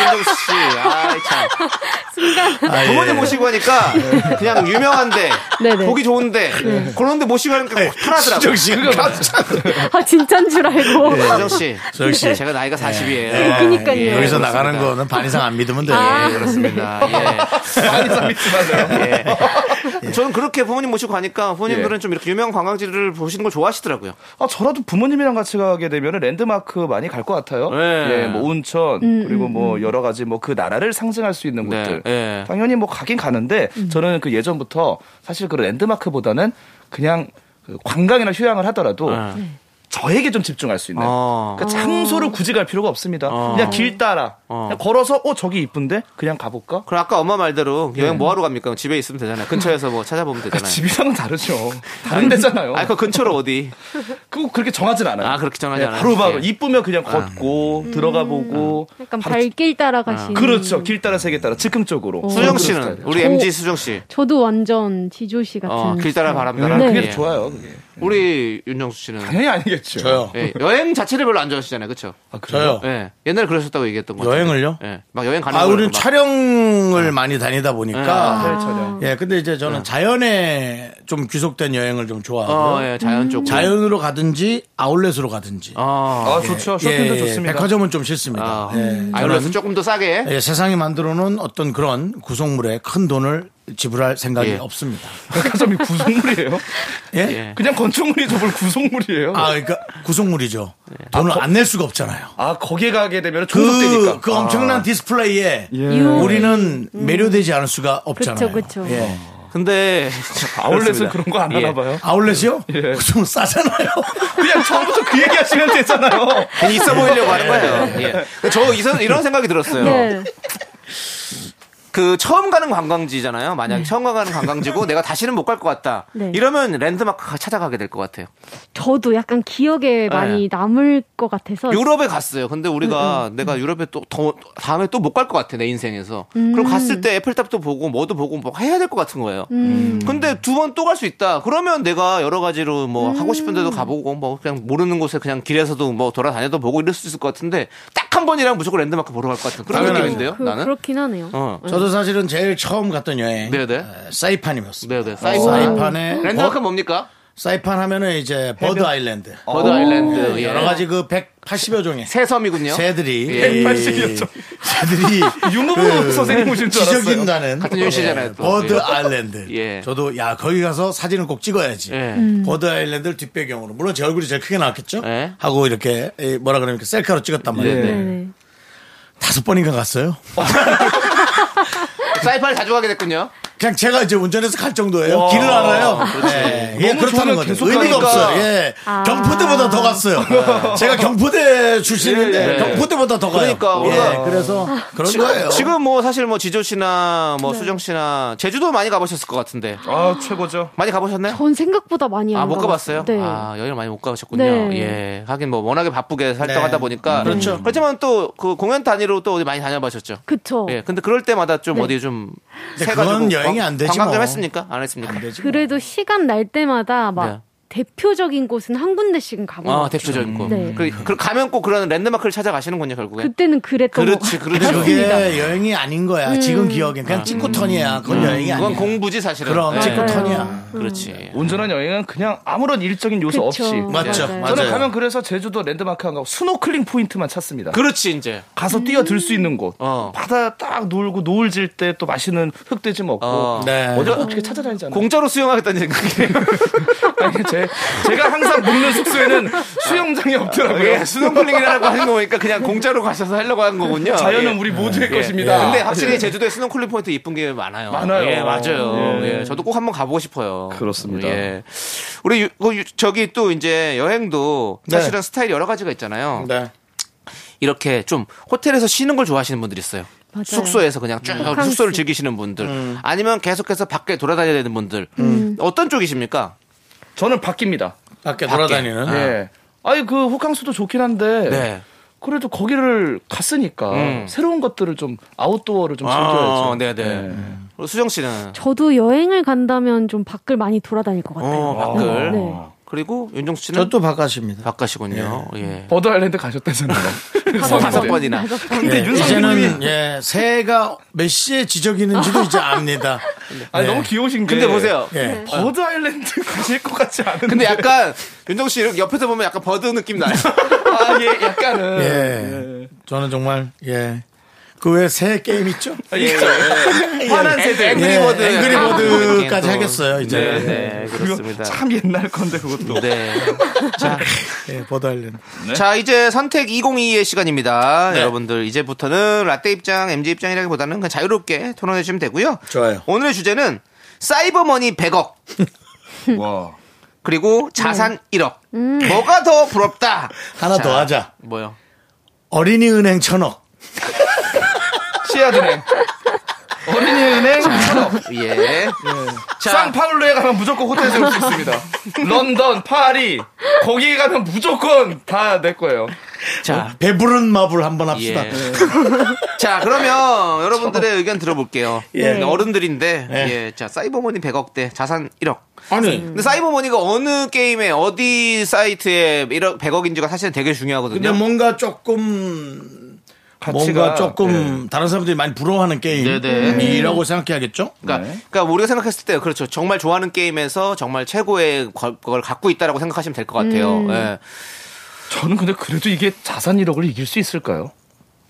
Speaker 2: 윤정수 씨. 아, 참.
Speaker 1: 아, 예.
Speaker 2: 부모님 모시고 하니까 그냥 유명한데
Speaker 7: 네네.
Speaker 2: 보기 좋은데 그런데 모시고 하니까 편하더라고요.
Speaker 1: 수정 씨 깜짝.
Speaker 7: 아, 진짠 줄 알고.
Speaker 2: 윤정 씨.
Speaker 1: 수정 씨.
Speaker 2: 네, 제가 나이가 40이에요.
Speaker 7: 그러니까요.
Speaker 2: 예,
Speaker 1: 여기서 나가는
Speaker 2: 그렇습니다.
Speaker 1: 거는 반 이상 안 믿으면 돼.
Speaker 2: 예, 그렇습니다. 예.
Speaker 6: 많이 쌈이지 마세요.
Speaker 2: 예. 저는 그렇게 부모님 모시고 가니까 부모님들은
Speaker 6: 예.
Speaker 2: 좀 이렇게 유명 관광지를 보시는 걸 좋아하시더라고요.
Speaker 6: 아, 저라도 부모님이랑 같이 가게 되면 랜드마크 많이 갈 것 같아요.
Speaker 2: 네.
Speaker 6: 예, 뭐 온천 그리고 뭐 여러 가지 뭐 그 나라를 상징할 수 있는
Speaker 2: 네,
Speaker 6: 곳들.
Speaker 2: 예.
Speaker 6: 당연히 뭐 가긴 가는데 저는 그 예전부터 사실 그 랜드마크보다는 그냥 그 관광이나 휴양을 하더라도
Speaker 2: 네.
Speaker 7: 어. 네.
Speaker 6: 저에게 좀 집중할 수 있는
Speaker 2: 어.
Speaker 6: 그러니까 장소를 굳이 갈 필요가 없습니다.
Speaker 2: 아.
Speaker 6: 그냥 길 따라 그냥 걸어서 어 저기 이쁜데 그냥 가볼까?
Speaker 2: 그럼 아까 엄마 말대로 여행 뭐하러 갑니까? 집에 있으면 되잖아요. 근처에서 뭐 찾아보면 되잖아요.
Speaker 6: 그러니까 집이랑은 다르죠. 다른 데잖아요.
Speaker 2: 아, 그 근처로 어디?
Speaker 6: 그거 그렇게 정하진 않아요. 네,
Speaker 2: 아, 그렇게 정하지 않아요.
Speaker 6: 바로 바로
Speaker 2: 예.
Speaker 6: 이쁘면 그냥 걷고 들어가 보고
Speaker 7: 약간 발길 따라가시는.
Speaker 2: 아,
Speaker 6: 그렇죠. 길 따라 세계 따라 즉흥적으로.
Speaker 2: 수정
Speaker 6: 네.
Speaker 2: 씨는 우리 MG 수정 씨.
Speaker 7: 저도 완전 지조씨 같은.
Speaker 2: 어, 길 따라 바람 따라.
Speaker 7: 네.
Speaker 6: 그게
Speaker 2: 예.
Speaker 6: 좋아요. 그게.
Speaker 2: 우리 윤정수 씨는
Speaker 6: 당연히 아니겠죠.
Speaker 1: 저요.
Speaker 2: 예, 여행 자체를 별로 안 좋아하시잖아요, 그렇죠?
Speaker 6: 아, 그래요?
Speaker 1: 저요.
Speaker 2: 예, 옛날에 그러셨다고 얘기했던 거. 같은데.
Speaker 1: 여행을요?
Speaker 2: 예, 막 여행 가는
Speaker 1: 아,
Speaker 2: 거.
Speaker 1: 우리는
Speaker 2: 막.
Speaker 1: 촬영을 많이 다니다 보니까.
Speaker 6: 네, 저요.
Speaker 1: 예, 근데 이제 저는 자연에 좀 귀속된 여행을 좀 좋아하고.
Speaker 2: 어, 예, 자연 쪽.
Speaker 1: 자연으로 가든지 아울렛으로 가든지.
Speaker 2: 어.
Speaker 6: 아, 좋죠. 쇼핑도
Speaker 1: 예,
Speaker 6: 좋습니다.
Speaker 1: 백화점은 좀 싫습니다.
Speaker 2: 아,
Speaker 1: 예,
Speaker 2: 아울렛은
Speaker 1: 저는
Speaker 2: 조금 더 싸게.
Speaker 1: 예, 세상이 만들어 놓은 어떤 그런 구성물에 큰 돈을 지불할 생각이
Speaker 2: 예.
Speaker 1: 없습니다.
Speaker 6: 백화점이 구속물이에요.
Speaker 1: 예?
Speaker 2: 예.
Speaker 6: 그냥 건축물이죠. 뭘 구속물이에요.
Speaker 1: 아,
Speaker 6: 아,
Speaker 1: 그러니까 구성물이죠.
Speaker 6: 예.
Speaker 1: 돈을 안 낼 수가 없잖아요.
Speaker 6: 거기에 가게 되면
Speaker 1: 그,
Speaker 6: 종속되니까. 아. 예.
Speaker 1: 그 엄청난 디스플레이에
Speaker 7: 유.
Speaker 1: 우리는 매료되지 않을 수가 없잖아요.
Speaker 7: 음. 그쵸, 그쵸.
Speaker 1: 예.
Speaker 2: 근데
Speaker 6: 아울렛은
Speaker 2: 그렇습니다.
Speaker 6: 그런 거 안 하나
Speaker 2: 예.
Speaker 6: 봐요.
Speaker 1: 아울렛이요? 좀 싸잖아요.
Speaker 6: 그냥 처음부터 그 얘기 하시면 되잖아요.
Speaker 2: 괜히 있어 보이려고 하는 거예요. 예. 근데 저 이선- 이런 생각이 들었어요.
Speaker 7: 네.
Speaker 2: 그 처음 가는 관광지잖아요. 만약 에 처음 가는 관광지고 내가 다시는 못 갈 것 같다.
Speaker 7: 네.
Speaker 2: 이러면 랜드마크 찾아가게 될 것 같아요.
Speaker 7: 저도 약간 기억에 많이 남을 것 같아서.
Speaker 2: 네. 유럽에 갔어요. 근데 우리가
Speaker 7: 음,
Speaker 2: 내가 유럽에 또 더- 다음에 또 못 갈 것 같아 내 인생에서.
Speaker 7: 음.
Speaker 2: 그럼 갔을 때 에펠탑도 보고 뭐도 보고 뭐 해야 될 것 같은 거예요.
Speaker 7: 음.
Speaker 2: 근데 두 번 또 갈 수 있다. 그러면 내가 여러 가지로
Speaker 7: 음.
Speaker 2: 뭐 하고 싶은 데도 가보고 뭐 그냥 모르는 곳에 그냥 길에서도 뭐 돌아다녀도 보고 이럴 수 있을 것 같은데 딱 한 번이랑 무조건 랜드마크 보러 갈 것 같은 그런
Speaker 1: 당연하죠.
Speaker 2: 느낌인데요.
Speaker 7: 그,
Speaker 2: 나는.
Speaker 7: 그렇긴 하네요.
Speaker 2: 어.
Speaker 1: 저도 사실은 제일 처음 갔던 여행.
Speaker 2: 네네.
Speaker 1: 에, 사이판이었습니다.
Speaker 2: 네네. 사이판.
Speaker 1: 사이판에
Speaker 2: 랜드마크 뭡니까?
Speaker 1: 사이판 하면은 이제 버드 아일랜드.
Speaker 6: 어,
Speaker 2: 버드 아일랜드. 예.
Speaker 1: 여러 가지 그 180여 종의
Speaker 2: 새섬이군요.
Speaker 1: 새들이
Speaker 2: 예.
Speaker 1: 180여 종. 새들이 그
Speaker 6: 윤호부 선생님 오신 줄 알았어요.
Speaker 1: 지저귀인다는
Speaker 2: 같은 유씨잖아요, 또.
Speaker 1: 버드
Speaker 2: 예.
Speaker 1: 아일랜드.
Speaker 2: 예.
Speaker 1: 저도 야 거기 가서 사진을 꼭 찍어야지. 음.
Speaker 2: 예.
Speaker 1: 버드 아일랜드를 뒷배경으로 물론 제 얼굴이 제일 크게 나왔겠죠.
Speaker 2: 예.
Speaker 1: 하고 이렇게 이, 뭐라 그러면 이렇게 셀카로 찍었단 말이에요.
Speaker 2: 네, 네.
Speaker 7: 네.
Speaker 1: 다섯 번인가 갔어요.
Speaker 2: 사이판을 자주 가게 됐군요.
Speaker 1: 그냥 제가 이제 운전해서 갈 정도예요. 길을 알아요. 예, 예, 그렇다는 거죠. 의미가 없어요. 예. 경포대보다 더 갔어요. 제가 경포대 출신인데
Speaker 2: 예, 예.
Speaker 1: 경포대보다 더 가요.
Speaker 2: 그러니까 우리가
Speaker 6: 아,
Speaker 1: 예, 그래서 그런 거예요.
Speaker 2: 지금 뭐 사실 뭐 지조 씨나
Speaker 7: 네.
Speaker 2: 뭐 수정 씨나 제주도 많이 가보셨을 것 같은데
Speaker 6: 아 최고죠.
Speaker 2: 많이 가보셨나요?
Speaker 7: 전 생각보다 많이 안
Speaker 2: 아, 못 가봤어요?
Speaker 7: 네.
Speaker 2: 아, 여행을 많이 못 가셨군요.
Speaker 7: 네.
Speaker 2: 예. 하긴 뭐 워낙에 바쁘게 활동하다
Speaker 1: 네.
Speaker 2: 보니까. 그렇죠. 그렇지만 또 그 공연 단위로 또 어디 많이 다녀보셨죠?
Speaker 7: 그쵸.
Speaker 2: 예. 근데 그럴 때마다 좀
Speaker 7: 네.
Speaker 2: 어디 좀.
Speaker 1: 근데
Speaker 2: 새가
Speaker 1: 그건
Speaker 2: 좀
Speaker 1: 여행이
Speaker 2: 관-
Speaker 1: 안 되지
Speaker 2: 관광 좀
Speaker 1: 뭐.
Speaker 2: 했습니까? 안 했습니까?
Speaker 1: 안 되지.
Speaker 7: 그래도 시간 날 때마다 막
Speaker 2: 네.
Speaker 7: 대표적인 곳은 한 군데씩은 가본 것
Speaker 2: 아,
Speaker 7: 같아요.
Speaker 2: 대표적인 거.
Speaker 7: 네.
Speaker 2: 그, 그, 가면 꼭 그런 랜드마크를 찾아가시는군요, 결국에.
Speaker 7: 그때는 그랬던
Speaker 2: 네.
Speaker 7: 뭐.
Speaker 2: 그렇지,
Speaker 7: 것
Speaker 2: 그렇지.
Speaker 7: 같아요.
Speaker 1: 그게 여행이 아닌 거야. 지금 기억엔 그냥 찍고 턴이야. 그건 여행이
Speaker 2: 그건
Speaker 1: 아니야.
Speaker 2: 공부지, 사실은.
Speaker 1: 그럼
Speaker 2: 예.
Speaker 1: 찍고
Speaker 7: 맞아요.
Speaker 1: 턴이야. 음.
Speaker 2: 그렇지.
Speaker 6: 온전한 여행은 그냥 아무런 일적인 요소
Speaker 7: 그쵸.
Speaker 6: 없이.
Speaker 1: 맞죠.
Speaker 7: 맞아요.
Speaker 1: 맞아요.
Speaker 6: 저는 가면 그래서 제주도 랜드마크 안 가고 스노클링 포인트만 찾습니다.
Speaker 2: 그렇지, 이제.
Speaker 7: 음.
Speaker 6: 가서 뛰어들 수 있는 곳.
Speaker 2: 어.
Speaker 6: 바다 딱 놀고 노을 질 때 또 맛있는 흑돼지 먹고.
Speaker 2: 어.
Speaker 6: 어.
Speaker 1: 네.
Speaker 6: 디꼭 이렇게 찾아다니잖아요.
Speaker 2: 공짜로 수영하겠다는 생각이.
Speaker 6: 아니, 제, 제가 항상 묵는 숙소에는 수영장이 없더라고요.
Speaker 2: 예, 스노클링이라고 하는 거 보니까 그냥 공짜로 가셔서 하려고 하는 거군요.
Speaker 6: 자연은
Speaker 2: 예.
Speaker 6: 우리 모두의
Speaker 2: 예.
Speaker 6: 것입니다. 네.
Speaker 2: 근데 확실히 제주도에 스노클링 포인트 이쁜 게 많아요.
Speaker 6: 많아요.
Speaker 2: 예, 맞아요. 예.
Speaker 6: 예.
Speaker 2: 저도 꼭 한번 가보고 싶어요.
Speaker 6: 그렇습니다.
Speaker 2: 예. 우리 유- 그 유- 저기 또 이제 여행도
Speaker 1: 네.
Speaker 2: 사실은 스타일 여러 가지가 있잖아요.
Speaker 1: 네.
Speaker 2: 이렇게 좀 호텔에서 쉬는 걸 좋아하시는 분들 있어요.
Speaker 7: 맞아요. 음.
Speaker 2: 숙소에서 그냥 쭉
Speaker 7: 호캉스.
Speaker 2: 숙소를 즐기시는 분들
Speaker 6: 음.
Speaker 2: 아니면 계속해서 밖에 돌아다녀야 되는 분들
Speaker 7: 음.
Speaker 2: 어떤 쪽이십니까?
Speaker 6: 저는 바뀝니다.
Speaker 1: 밖에 돌아다니는.
Speaker 6: 예. 아니, 그 호캉스도 좋긴 한데.
Speaker 2: 네.
Speaker 6: 그래도 거기를 갔으니까
Speaker 2: 음.
Speaker 6: 새로운 것들을 좀 아웃도어를 좀 즐겨야죠.
Speaker 2: 아, 네네. 수정 씨는
Speaker 7: 저도 여행을 간다면 좀 밖을 많이 돌아다닐 것 같아요.
Speaker 2: 어, 밖을
Speaker 7: 네.
Speaker 2: 그리고 윤종수 씨는
Speaker 1: 저도 바깥입니다.
Speaker 2: 바깥이군요. 예.
Speaker 6: 버드 아일랜드 가셨다잖아요. 네.
Speaker 2: 다섯 번이나. 네.
Speaker 1: 예, 이제는 예, 새가 몇 시에 지저귀는지도 이제 압니다.
Speaker 6: 아니
Speaker 1: 네.
Speaker 6: 너무 네. 귀여우신 게.
Speaker 2: 근데 보세요.
Speaker 1: 예.
Speaker 6: 버드 아일랜드 가실 것 같지 않은데.
Speaker 2: 근데 약간 윤정 씨 이렇게 옆에서 보면 약간 버드 느낌 나요.
Speaker 6: 아, 예, 약간은.
Speaker 1: 예. 저는 정말 예. 그 외에 새 게임 있죠?
Speaker 2: 화난 새들. 아, 예. 앵그리버드.
Speaker 1: 예, 앵그리버드까지 하겠어요, 이제.
Speaker 2: 네, 네,
Speaker 6: 그거
Speaker 2: 그렇습니다.
Speaker 6: 참 옛날 건데 그것도.
Speaker 2: 네. 자,
Speaker 1: 예, 버드 아일랜드.
Speaker 2: 자, 이제 선택 2022의 시간입니다. 여러분들, 이제부터는 라떼 입장, MG 입장이라기보다는 그냥 자유롭게 토론해 주시면 되고요.
Speaker 1: 좋아요.
Speaker 2: 오늘의 주제는 사이버머니 100억,
Speaker 1: 음.
Speaker 6: 와.
Speaker 2: 그리고
Speaker 1: 네.
Speaker 2: 자산 1억. 뭐가 더 부럽다?
Speaker 1: 하나
Speaker 2: 자,
Speaker 1: 더 하자.
Speaker 2: 뭐요?
Speaker 1: 어린이 은행 천억.
Speaker 6: 씨앗은행. 어린이은행 산업.
Speaker 1: 네.
Speaker 2: 예. 자,
Speaker 6: 상파울루에 가면 무조건 호텔 세울 수 있습니다. 런던, 파리. 거기 가면 무조건 다 내 거예요.
Speaker 2: 자,
Speaker 1: 배부른 마블 한번 합시다.
Speaker 2: 아.
Speaker 1: 네.
Speaker 2: 예. 자, 그러면 여러분들의 의견 들어볼게요.
Speaker 1: 예.
Speaker 2: 네, 어른들인데, 예. 자, 사이버머니 100억 대 자산 1억.
Speaker 1: 아니.
Speaker 2: 근데 사이버머니가 어느 게임에 어디 사이트에 1억 100억인지가 사실은 되게 중요하거든요.
Speaker 1: 근데 뭐- 뭔가 조금
Speaker 6: 가치가- 네.
Speaker 1: 뭔가
Speaker 2: 예.
Speaker 1: 조금 다른 사람들이 많이 부러워하는
Speaker 2: 네, 음.
Speaker 1: 게임이라고 생각해야겠죠?
Speaker 2: 그러니까, 그러니까 우리가 생각했을 때 그렇죠. 정말 좋아하는 게임에서 정말 최고의 걸- 걸 갖고 있다라고 생각하시면 될 것 같아요.
Speaker 1: 음.
Speaker 2: 예.
Speaker 6: 저는 근데 그래도 이게 자산 1억을 이길 수 있을까요?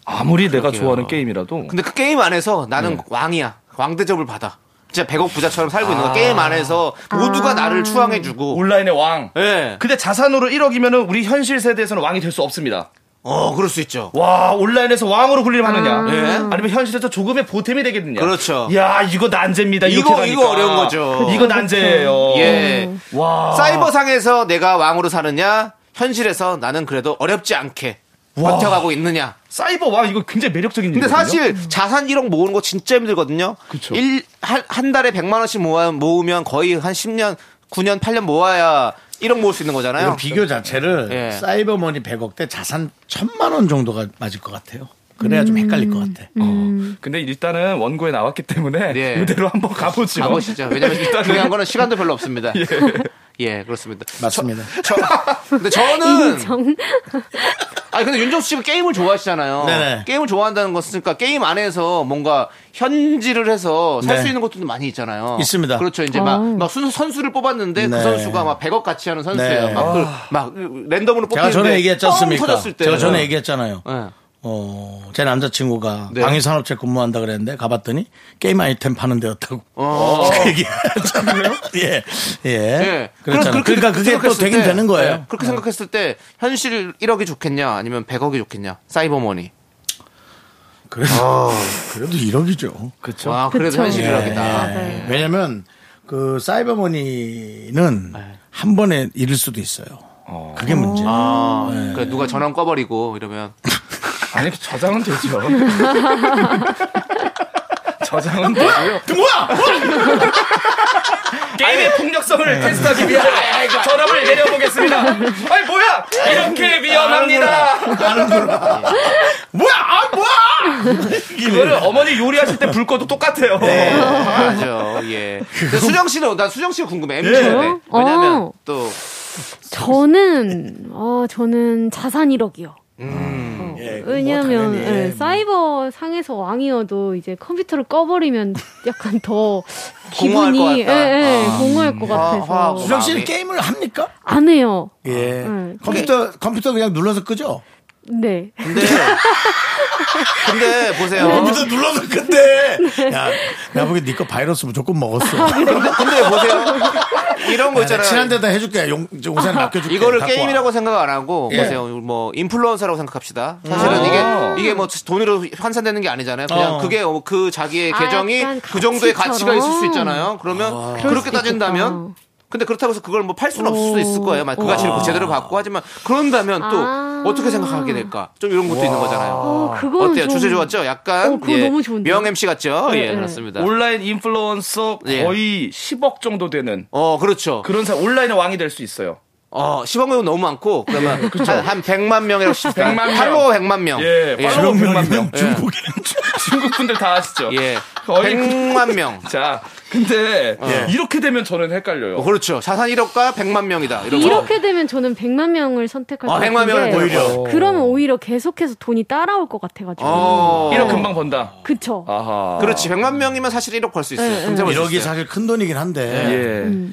Speaker 6: 아무리 내가 좋아하는 게임이라도.
Speaker 2: 근데 그 게임 안에서 나는 왕이야. 왕대접을 받아. 진짜 100억 부자처럼 살고 있는 거 게임 안에서 모두가 나를 추앙해주고.
Speaker 6: 온라인의 왕.
Speaker 2: 예.
Speaker 6: 근데 자산으로 1억이면은 우리 현실 세대에서는 왕이 될 수 없습니다.
Speaker 2: 어, 그럴 수 있죠.
Speaker 6: 와 온라인에서 왕으로 군림하느냐
Speaker 2: 예.
Speaker 6: 아니면 현실에서 조금의 보탬이 되겠느냐?
Speaker 2: 그렇죠.
Speaker 6: 야 이거 난제입니다. 이렇게
Speaker 2: 이거-
Speaker 6: 가니까.
Speaker 2: 이거 어려운 거죠.
Speaker 6: 이거 난제예요.
Speaker 2: 예.
Speaker 6: 와
Speaker 2: 사이버상에서 내가 왕으로 사느냐, 현실에서 나는 그래도 어렵지 않게 버텨가고 있느냐.
Speaker 6: 사이버 왕 이거 굉장히 매력적인.
Speaker 2: 근데
Speaker 6: 일이거든요.
Speaker 2: 사실 자산 1억 모으는 거 진짜 힘들거든요.
Speaker 6: 그쵸.
Speaker 2: 일, 한, 한 달에 100만 원씩 모아, 모으면 거의 한 10년, 9년, 8년 모아야 1억 모을 수 있는 거잖아요.
Speaker 1: 이건 비교 자체를
Speaker 2: 예.
Speaker 1: 사이버머니 100억 대 자산 1000만 원 정도가 맞을 것 같아요. 그래야 좀 헷갈릴 것 같아.
Speaker 2: 음.
Speaker 1: 어,
Speaker 6: 근데 일단은 원고에 나왔기 때문에
Speaker 2: 예.
Speaker 6: 이대로 한번 가보죠.
Speaker 2: 가보시죠. 왜냐면
Speaker 6: 일단은-
Speaker 2: 중요한 거는 시간도 별로 없습니다. 예. 그렇습니다.
Speaker 1: 맞습니다.
Speaker 2: 저, 근데 저는
Speaker 7: 정-
Speaker 2: 아 근데 윤정수 씨가 게임을 좋아하시잖아요.
Speaker 1: 네네.
Speaker 2: 게임을 좋아한다는 것은 그러니까 게임 안에서 뭔가 현질을 해서 살 수
Speaker 1: 네.
Speaker 2: 있는 것도 많이 있잖아요.
Speaker 1: 있습니다.
Speaker 2: 그렇죠. 이제
Speaker 7: 아.
Speaker 2: 막, 막 순수 선수를 뽑았는데 그
Speaker 1: 네.
Speaker 2: 선수가 막 100억 같이 하는 선수예요.
Speaker 1: 네.
Speaker 2: 막, 그, 막 랜덤으로
Speaker 1: 제가
Speaker 2: 뽑히는데
Speaker 1: 전에 얘기했지 않습니까?
Speaker 2: 뻥 터졌을 때.
Speaker 1: 제가 전에 얘기했잖아요.
Speaker 2: 네.
Speaker 1: 어, 제 남자친구가
Speaker 2: 네.
Speaker 1: 방위산업체 근무한다 그랬는데 가봤더니 게임 아이템 파는 데였다고.
Speaker 2: 어.
Speaker 1: 그 얘기했잖아요. 예. 예.
Speaker 2: 예.
Speaker 1: 그렇잖아요.
Speaker 2: 그렇게
Speaker 1: 그러니까 그게 또
Speaker 2: 생각했을
Speaker 1: 되긴
Speaker 2: 때,
Speaker 1: 되는 거예요. 네.
Speaker 2: 예. 그렇게 생각했을 때 현실 1억이 좋겠냐 아니면 100억이 좋겠냐 사이버머니.
Speaker 1: 그래도, 아, 그래도 1억이죠.
Speaker 6: 그렇죠.
Speaker 2: 와 그래도
Speaker 7: 그쵸.
Speaker 2: 현실
Speaker 7: 예.
Speaker 2: 1억이다.
Speaker 1: 네. 왜냐면 그 사이버머니는 한 번에 잃을 수도 있어요. 그게 문제.
Speaker 2: 네. 아,
Speaker 1: 네.
Speaker 2: 그러니까 누가 전원 꺼버리고 이러면
Speaker 6: 아니 저장은 되죠. 저장은 되고요.
Speaker 1: 그
Speaker 6: 게임의 폭력성을 테스트하기 위해 전압을 내려보겠습니다. 아니 뭐야? 이렇게 위험합니다.
Speaker 1: 뭐야! 아, 뭐야!
Speaker 6: 이거를 어머니 요리하실 때 불 꺼도 똑같아요.
Speaker 2: 맞아. 예. 근데 수정 씨는 난 수정 씨가 궁금해. MBTI. 왜냐면
Speaker 7: 예. 어.
Speaker 2: 또
Speaker 7: 저는 어 저는 자산 1억이요.
Speaker 1: 음. 예, 뭐
Speaker 7: 왜냐하면 예, 사이버 상에서 왕이어도 이제 컴퓨터를 꺼버리면 약간 더
Speaker 2: 공허할 것
Speaker 7: 기분이
Speaker 2: 같다. 아. 음.
Speaker 7: 예, 예, 공허할 것
Speaker 2: 화-
Speaker 7: 같아서
Speaker 2: 화-
Speaker 1: 수정 씨는
Speaker 2: 마음이-
Speaker 1: 게임을 합니까?
Speaker 7: 안 해요.
Speaker 1: 예.
Speaker 7: 네.
Speaker 1: 컴퓨터, 컴퓨터 그냥 눌러서 끄죠?
Speaker 7: 네.
Speaker 2: 근데 근데 보세요.
Speaker 1: 컴퓨터 눌러서 끈데!
Speaker 2: 네.
Speaker 1: 야, 나 보기 니거 바이러스 무조건 먹었어.
Speaker 2: 근데, 근데 보세요. 이런 아, 거 있잖아요. 아,
Speaker 1: 친한 데다 해줄게. 용, 우산 맡겨줄게.
Speaker 2: 이거를
Speaker 1: 갖고 와.
Speaker 2: 게임이라고 생각 안 하고
Speaker 1: 예.
Speaker 2: 보세요. 뭐 인플루언서라고 생각합시다. 사실은
Speaker 7: 어.
Speaker 2: 이게 이게 뭐 돈으로 환산되는 게 아니잖아요. 그냥
Speaker 1: 어.
Speaker 2: 그게 어, 그 자기의
Speaker 7: 아,
Speaker 2: 계정이
Speaker 7: 약간
Speaker 2: 그 정도의 가치가
Speaker 7: 가치처럼.
Speaker 2: 있을 수 있잖아요. 그러면
Speaker 7: 그럴
Speaker 2: 그렇게
Speaker 7: 수도
Speaker 2: 따진다면
Speaker 7: 있겠다.
Speaker 2: 근데 그렇다고 해서 그걸 뭐 팔 수는 없을 수도 있을 거예요. 막 그
Speaker 7: 오.
Speaker 2: 가치를 제대로 받고 하지만 그런다면 또
Speaker 7: 아.
Speaker 2: 어떻게 생각하게 될까? 좀 이런 것도 있는 거잖아요.
Speaker 7: 어, 그거는
Speaker 2: 어때요?
Speaker 7: 좀-
Speaker 2: 주제 좋았죠? 약간 예.
Speaker 7: 어, 그거 너무 좋은데요?
Speaker 2: 명 MC 같죠?
Speaker 7: 네,
Speaker 2: 예,
Speaker 7: 네.
Speaker 2: 그렇습니다.
Speaker 6: 온라인 인플루언서
Speaker 2: 예.
Speaker 6: 거의 10억 정도 되는
Speaker 2: 어, 그렇죠.
Speaker 6: 그런 사람 온라인의 왕이 될 수 있어요.
Speaker 2: 어, 10억 명 너무 많고, 그러면 한, 한 100만 명이라고 봅시다.
Speaker 6: 100만 명.
Speaker 2: 팔로워 100만 명.
Speaker 6: 예, 팔로워
Speaker 1: 그런
Speaker 6: 100만 명.
Speaker 1: 명이면 중국인.
Speaker 6: 중국 분들 다 아시죠?
Speaker 2: 예.
Speaker 6: 거의
Speaker 2: 100만 명.
Speaker 6: 자, 근데
Speaker 1: 예.
Speaker 6: 이렇게 되면 저는 헷갈려요.
Speaker 2: 어, 그렇죠. 자산 1억과 100만 명이다. 이런 거.
Speaker 7: 이렇게 되면 저는 100만 명을 선택할 것
Speaker 2: 아, 100만 명은
Speaker 7: 같은데
Speaker 2: 오히려.
Speaker 7: 그러면 오히려 계속해서 돈이 따라올 것 같아가지고
Speaker 2: 어.
Speaker 6: 1억 금방 번다.
Speaker 7: 그쵸
Speaker 6: 아하.
Speaker 2: 그렇지. 100만 명이면 사실 1억 벌 수 있어요.
Speaker 7: 네,
Speaker 2: 금세 벌수
Speaker 1: 1억이
Speaker 2: 있어요.
Speaker 1: 사실 큰 돈이긴 한데.
Speaker 6: 예.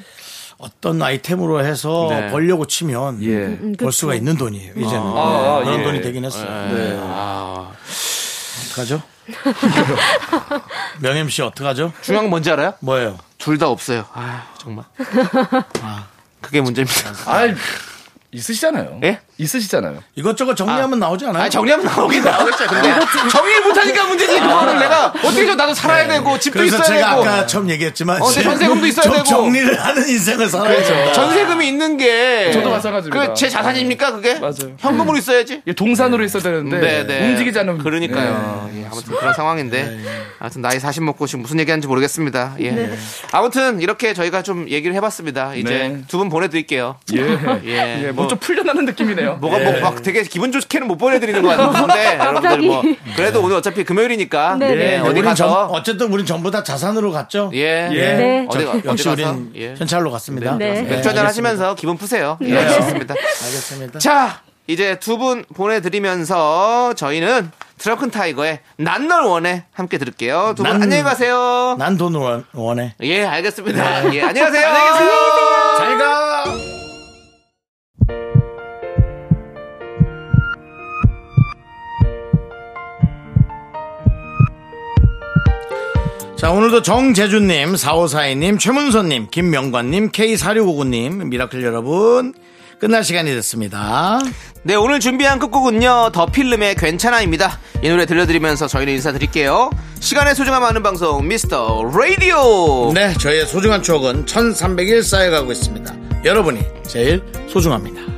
Speaker 1: 어떤 아이템으로 해서
Speaker 2: 네.
Speaker 1: 벌려고 치면
Speaker 6: 예.
Speaker 7: 음,
Speaker 1: 벌
Speaker 7: 그쵸.
Speaker 1: 수가 있는 돈이에요. 이제는 네.
Speaker 6: 아, 아,
Speaker 1: 그런
Speaker 6: 예.
Speaker 1: 돈이 되긴 했어요.
Speaker 2: 네. 아.
Speaker 1: 어떡하죠? 명임 씨 어떡하죠?
Speaker 2: 중요한 건 뭔지 알아요?
Speaker 1: 뭐예요?
Speaker 2: 둘 다 없어요. 아, 정말. 아, 그게 문제입니다.
Speaker 6: 아, 있으시잖아요.
Speaker 2: 예?
Speaker 6: 있으시잖아요.
Speaker 1: 이것저것 정리하면 나오지 않아요?
Speaker 2: 아, 정리하면 나오긴 나오겠죠.
Speaker 6: 아,
Speaker 2: 근데 정리를 못하니까 문제지. 그거는 내가 어떻게 좀 나도 살아야
Speaker 6: 네.
Speaker 2: 되고, 집도
Speaker 1: 그래서
Speaker 2: 있어야
Speaker 1: 제가
Speaker 2: 되고.
Speaker 1: 아까 처음 얘기했지만
Speaker 2: 어, 근데
Speaker 1: 지금
Speaker 2: 전세금도 있어야
Speaker 1: 좀
Speaker 2: 되고. 그렇죠.
Speaker 1: 정리를 하는 인생을 살아야 된다.
Speaker 2: 전세금이 있는 게
Speaker 6: 저도 마찬가지입니다.
Speaker 2: 그제 자산입니까 그게?
Speaker 6: 맞아요.
Speaker 2: 현금으로 있어야지. 네,
Speaker 6: 이게 동산으로 있어야 되는데 움직이지 않으면 네.
Speaker 2: 예. 그러니까요. 예, 아무튼 그런 상황인데 아무튼 나이 40 먹고 지금 무슨 얘기하는지 모르겠습니다. 예. 아무튼 이렇게 저희가 좀 얘기를 해봤습니다. 이제
Speaker 6: 네.
Speaker 2: 두 분 보내드릴게요.
Speaker 6: 예. 예.
Speaker 2: 예.
Speaker 6: 뭐 좀 풀려나는 느낌이네요.
Speaker 2: 뭐가
Speaker 1: 예.
Speaker 2: 뭐 막 되게 기분 좋게는 못 보내드리는 것 같은데 여러분들 뭐
Speaker 7: 갑자기.
Speaker 2: 그래도 오늘 어차피 금요일이니까
Speaker 7: 네,
Speaker 2: 예,
Speaker 7: 네.
Speaker 2: 어디
Speaker 1: 우린 전-
Speaker 2: 가서
Speaker 1: 어쨌든 우린 전부 다 자산으로 갔죠.
Speaker 2: 예,
Speaker 6: 예.
Speaker 7: 네.
Speaker 2: 어디, 가- 어디
Speaker 1: 역시
Speaker 2: 가서
Speaker 1: 우린
Speaker 2: 예.
Speaker 1: 현찰로 갔습니다.
Speaker 7: 네.
Speaker 1: 예,
Speaker 2: 맥주 한잔
Speaker 1: 알겠습니다.
Speaker 2: 하시면서 기분 푸세요. 예, 알겠습니다.
Speaker 1: 알겠습니다.
Speaker 2: 자, 이제 두 분 보내드리면서 저희는 드라큰 타이거의 난 널 원해 함께 들을게요. 두 분
Speaker 1: 난-
Speaker 2: 안녕히 가세요.
Speaker 1: 난 돈을 원- 원해.
Speaker 2: 예, 알겠습니다.
Speaker 1: 네.
Speaker 2: 예, 안녕하세요. 잘 가.
Speaker 1: 자, 오늘도 정재준님, 4542님, 최문선님, 김명관님, K4659님, 미라클 여러분, 끝날 시간이 됐습니다.
Speaker 2: 네, 오늘 준비한 끝곡은요. 더 필름의 괜찮아입니다. 이 노래 들려드리면서 저희는 인사드릴게요. 시간의 소중함 아는 방송 미스터 라디오.
Speaker 1: 네, 저희의 소중한 추억은 1301 쌓여가고 있습니다. 여러분이 제일 소중합니다.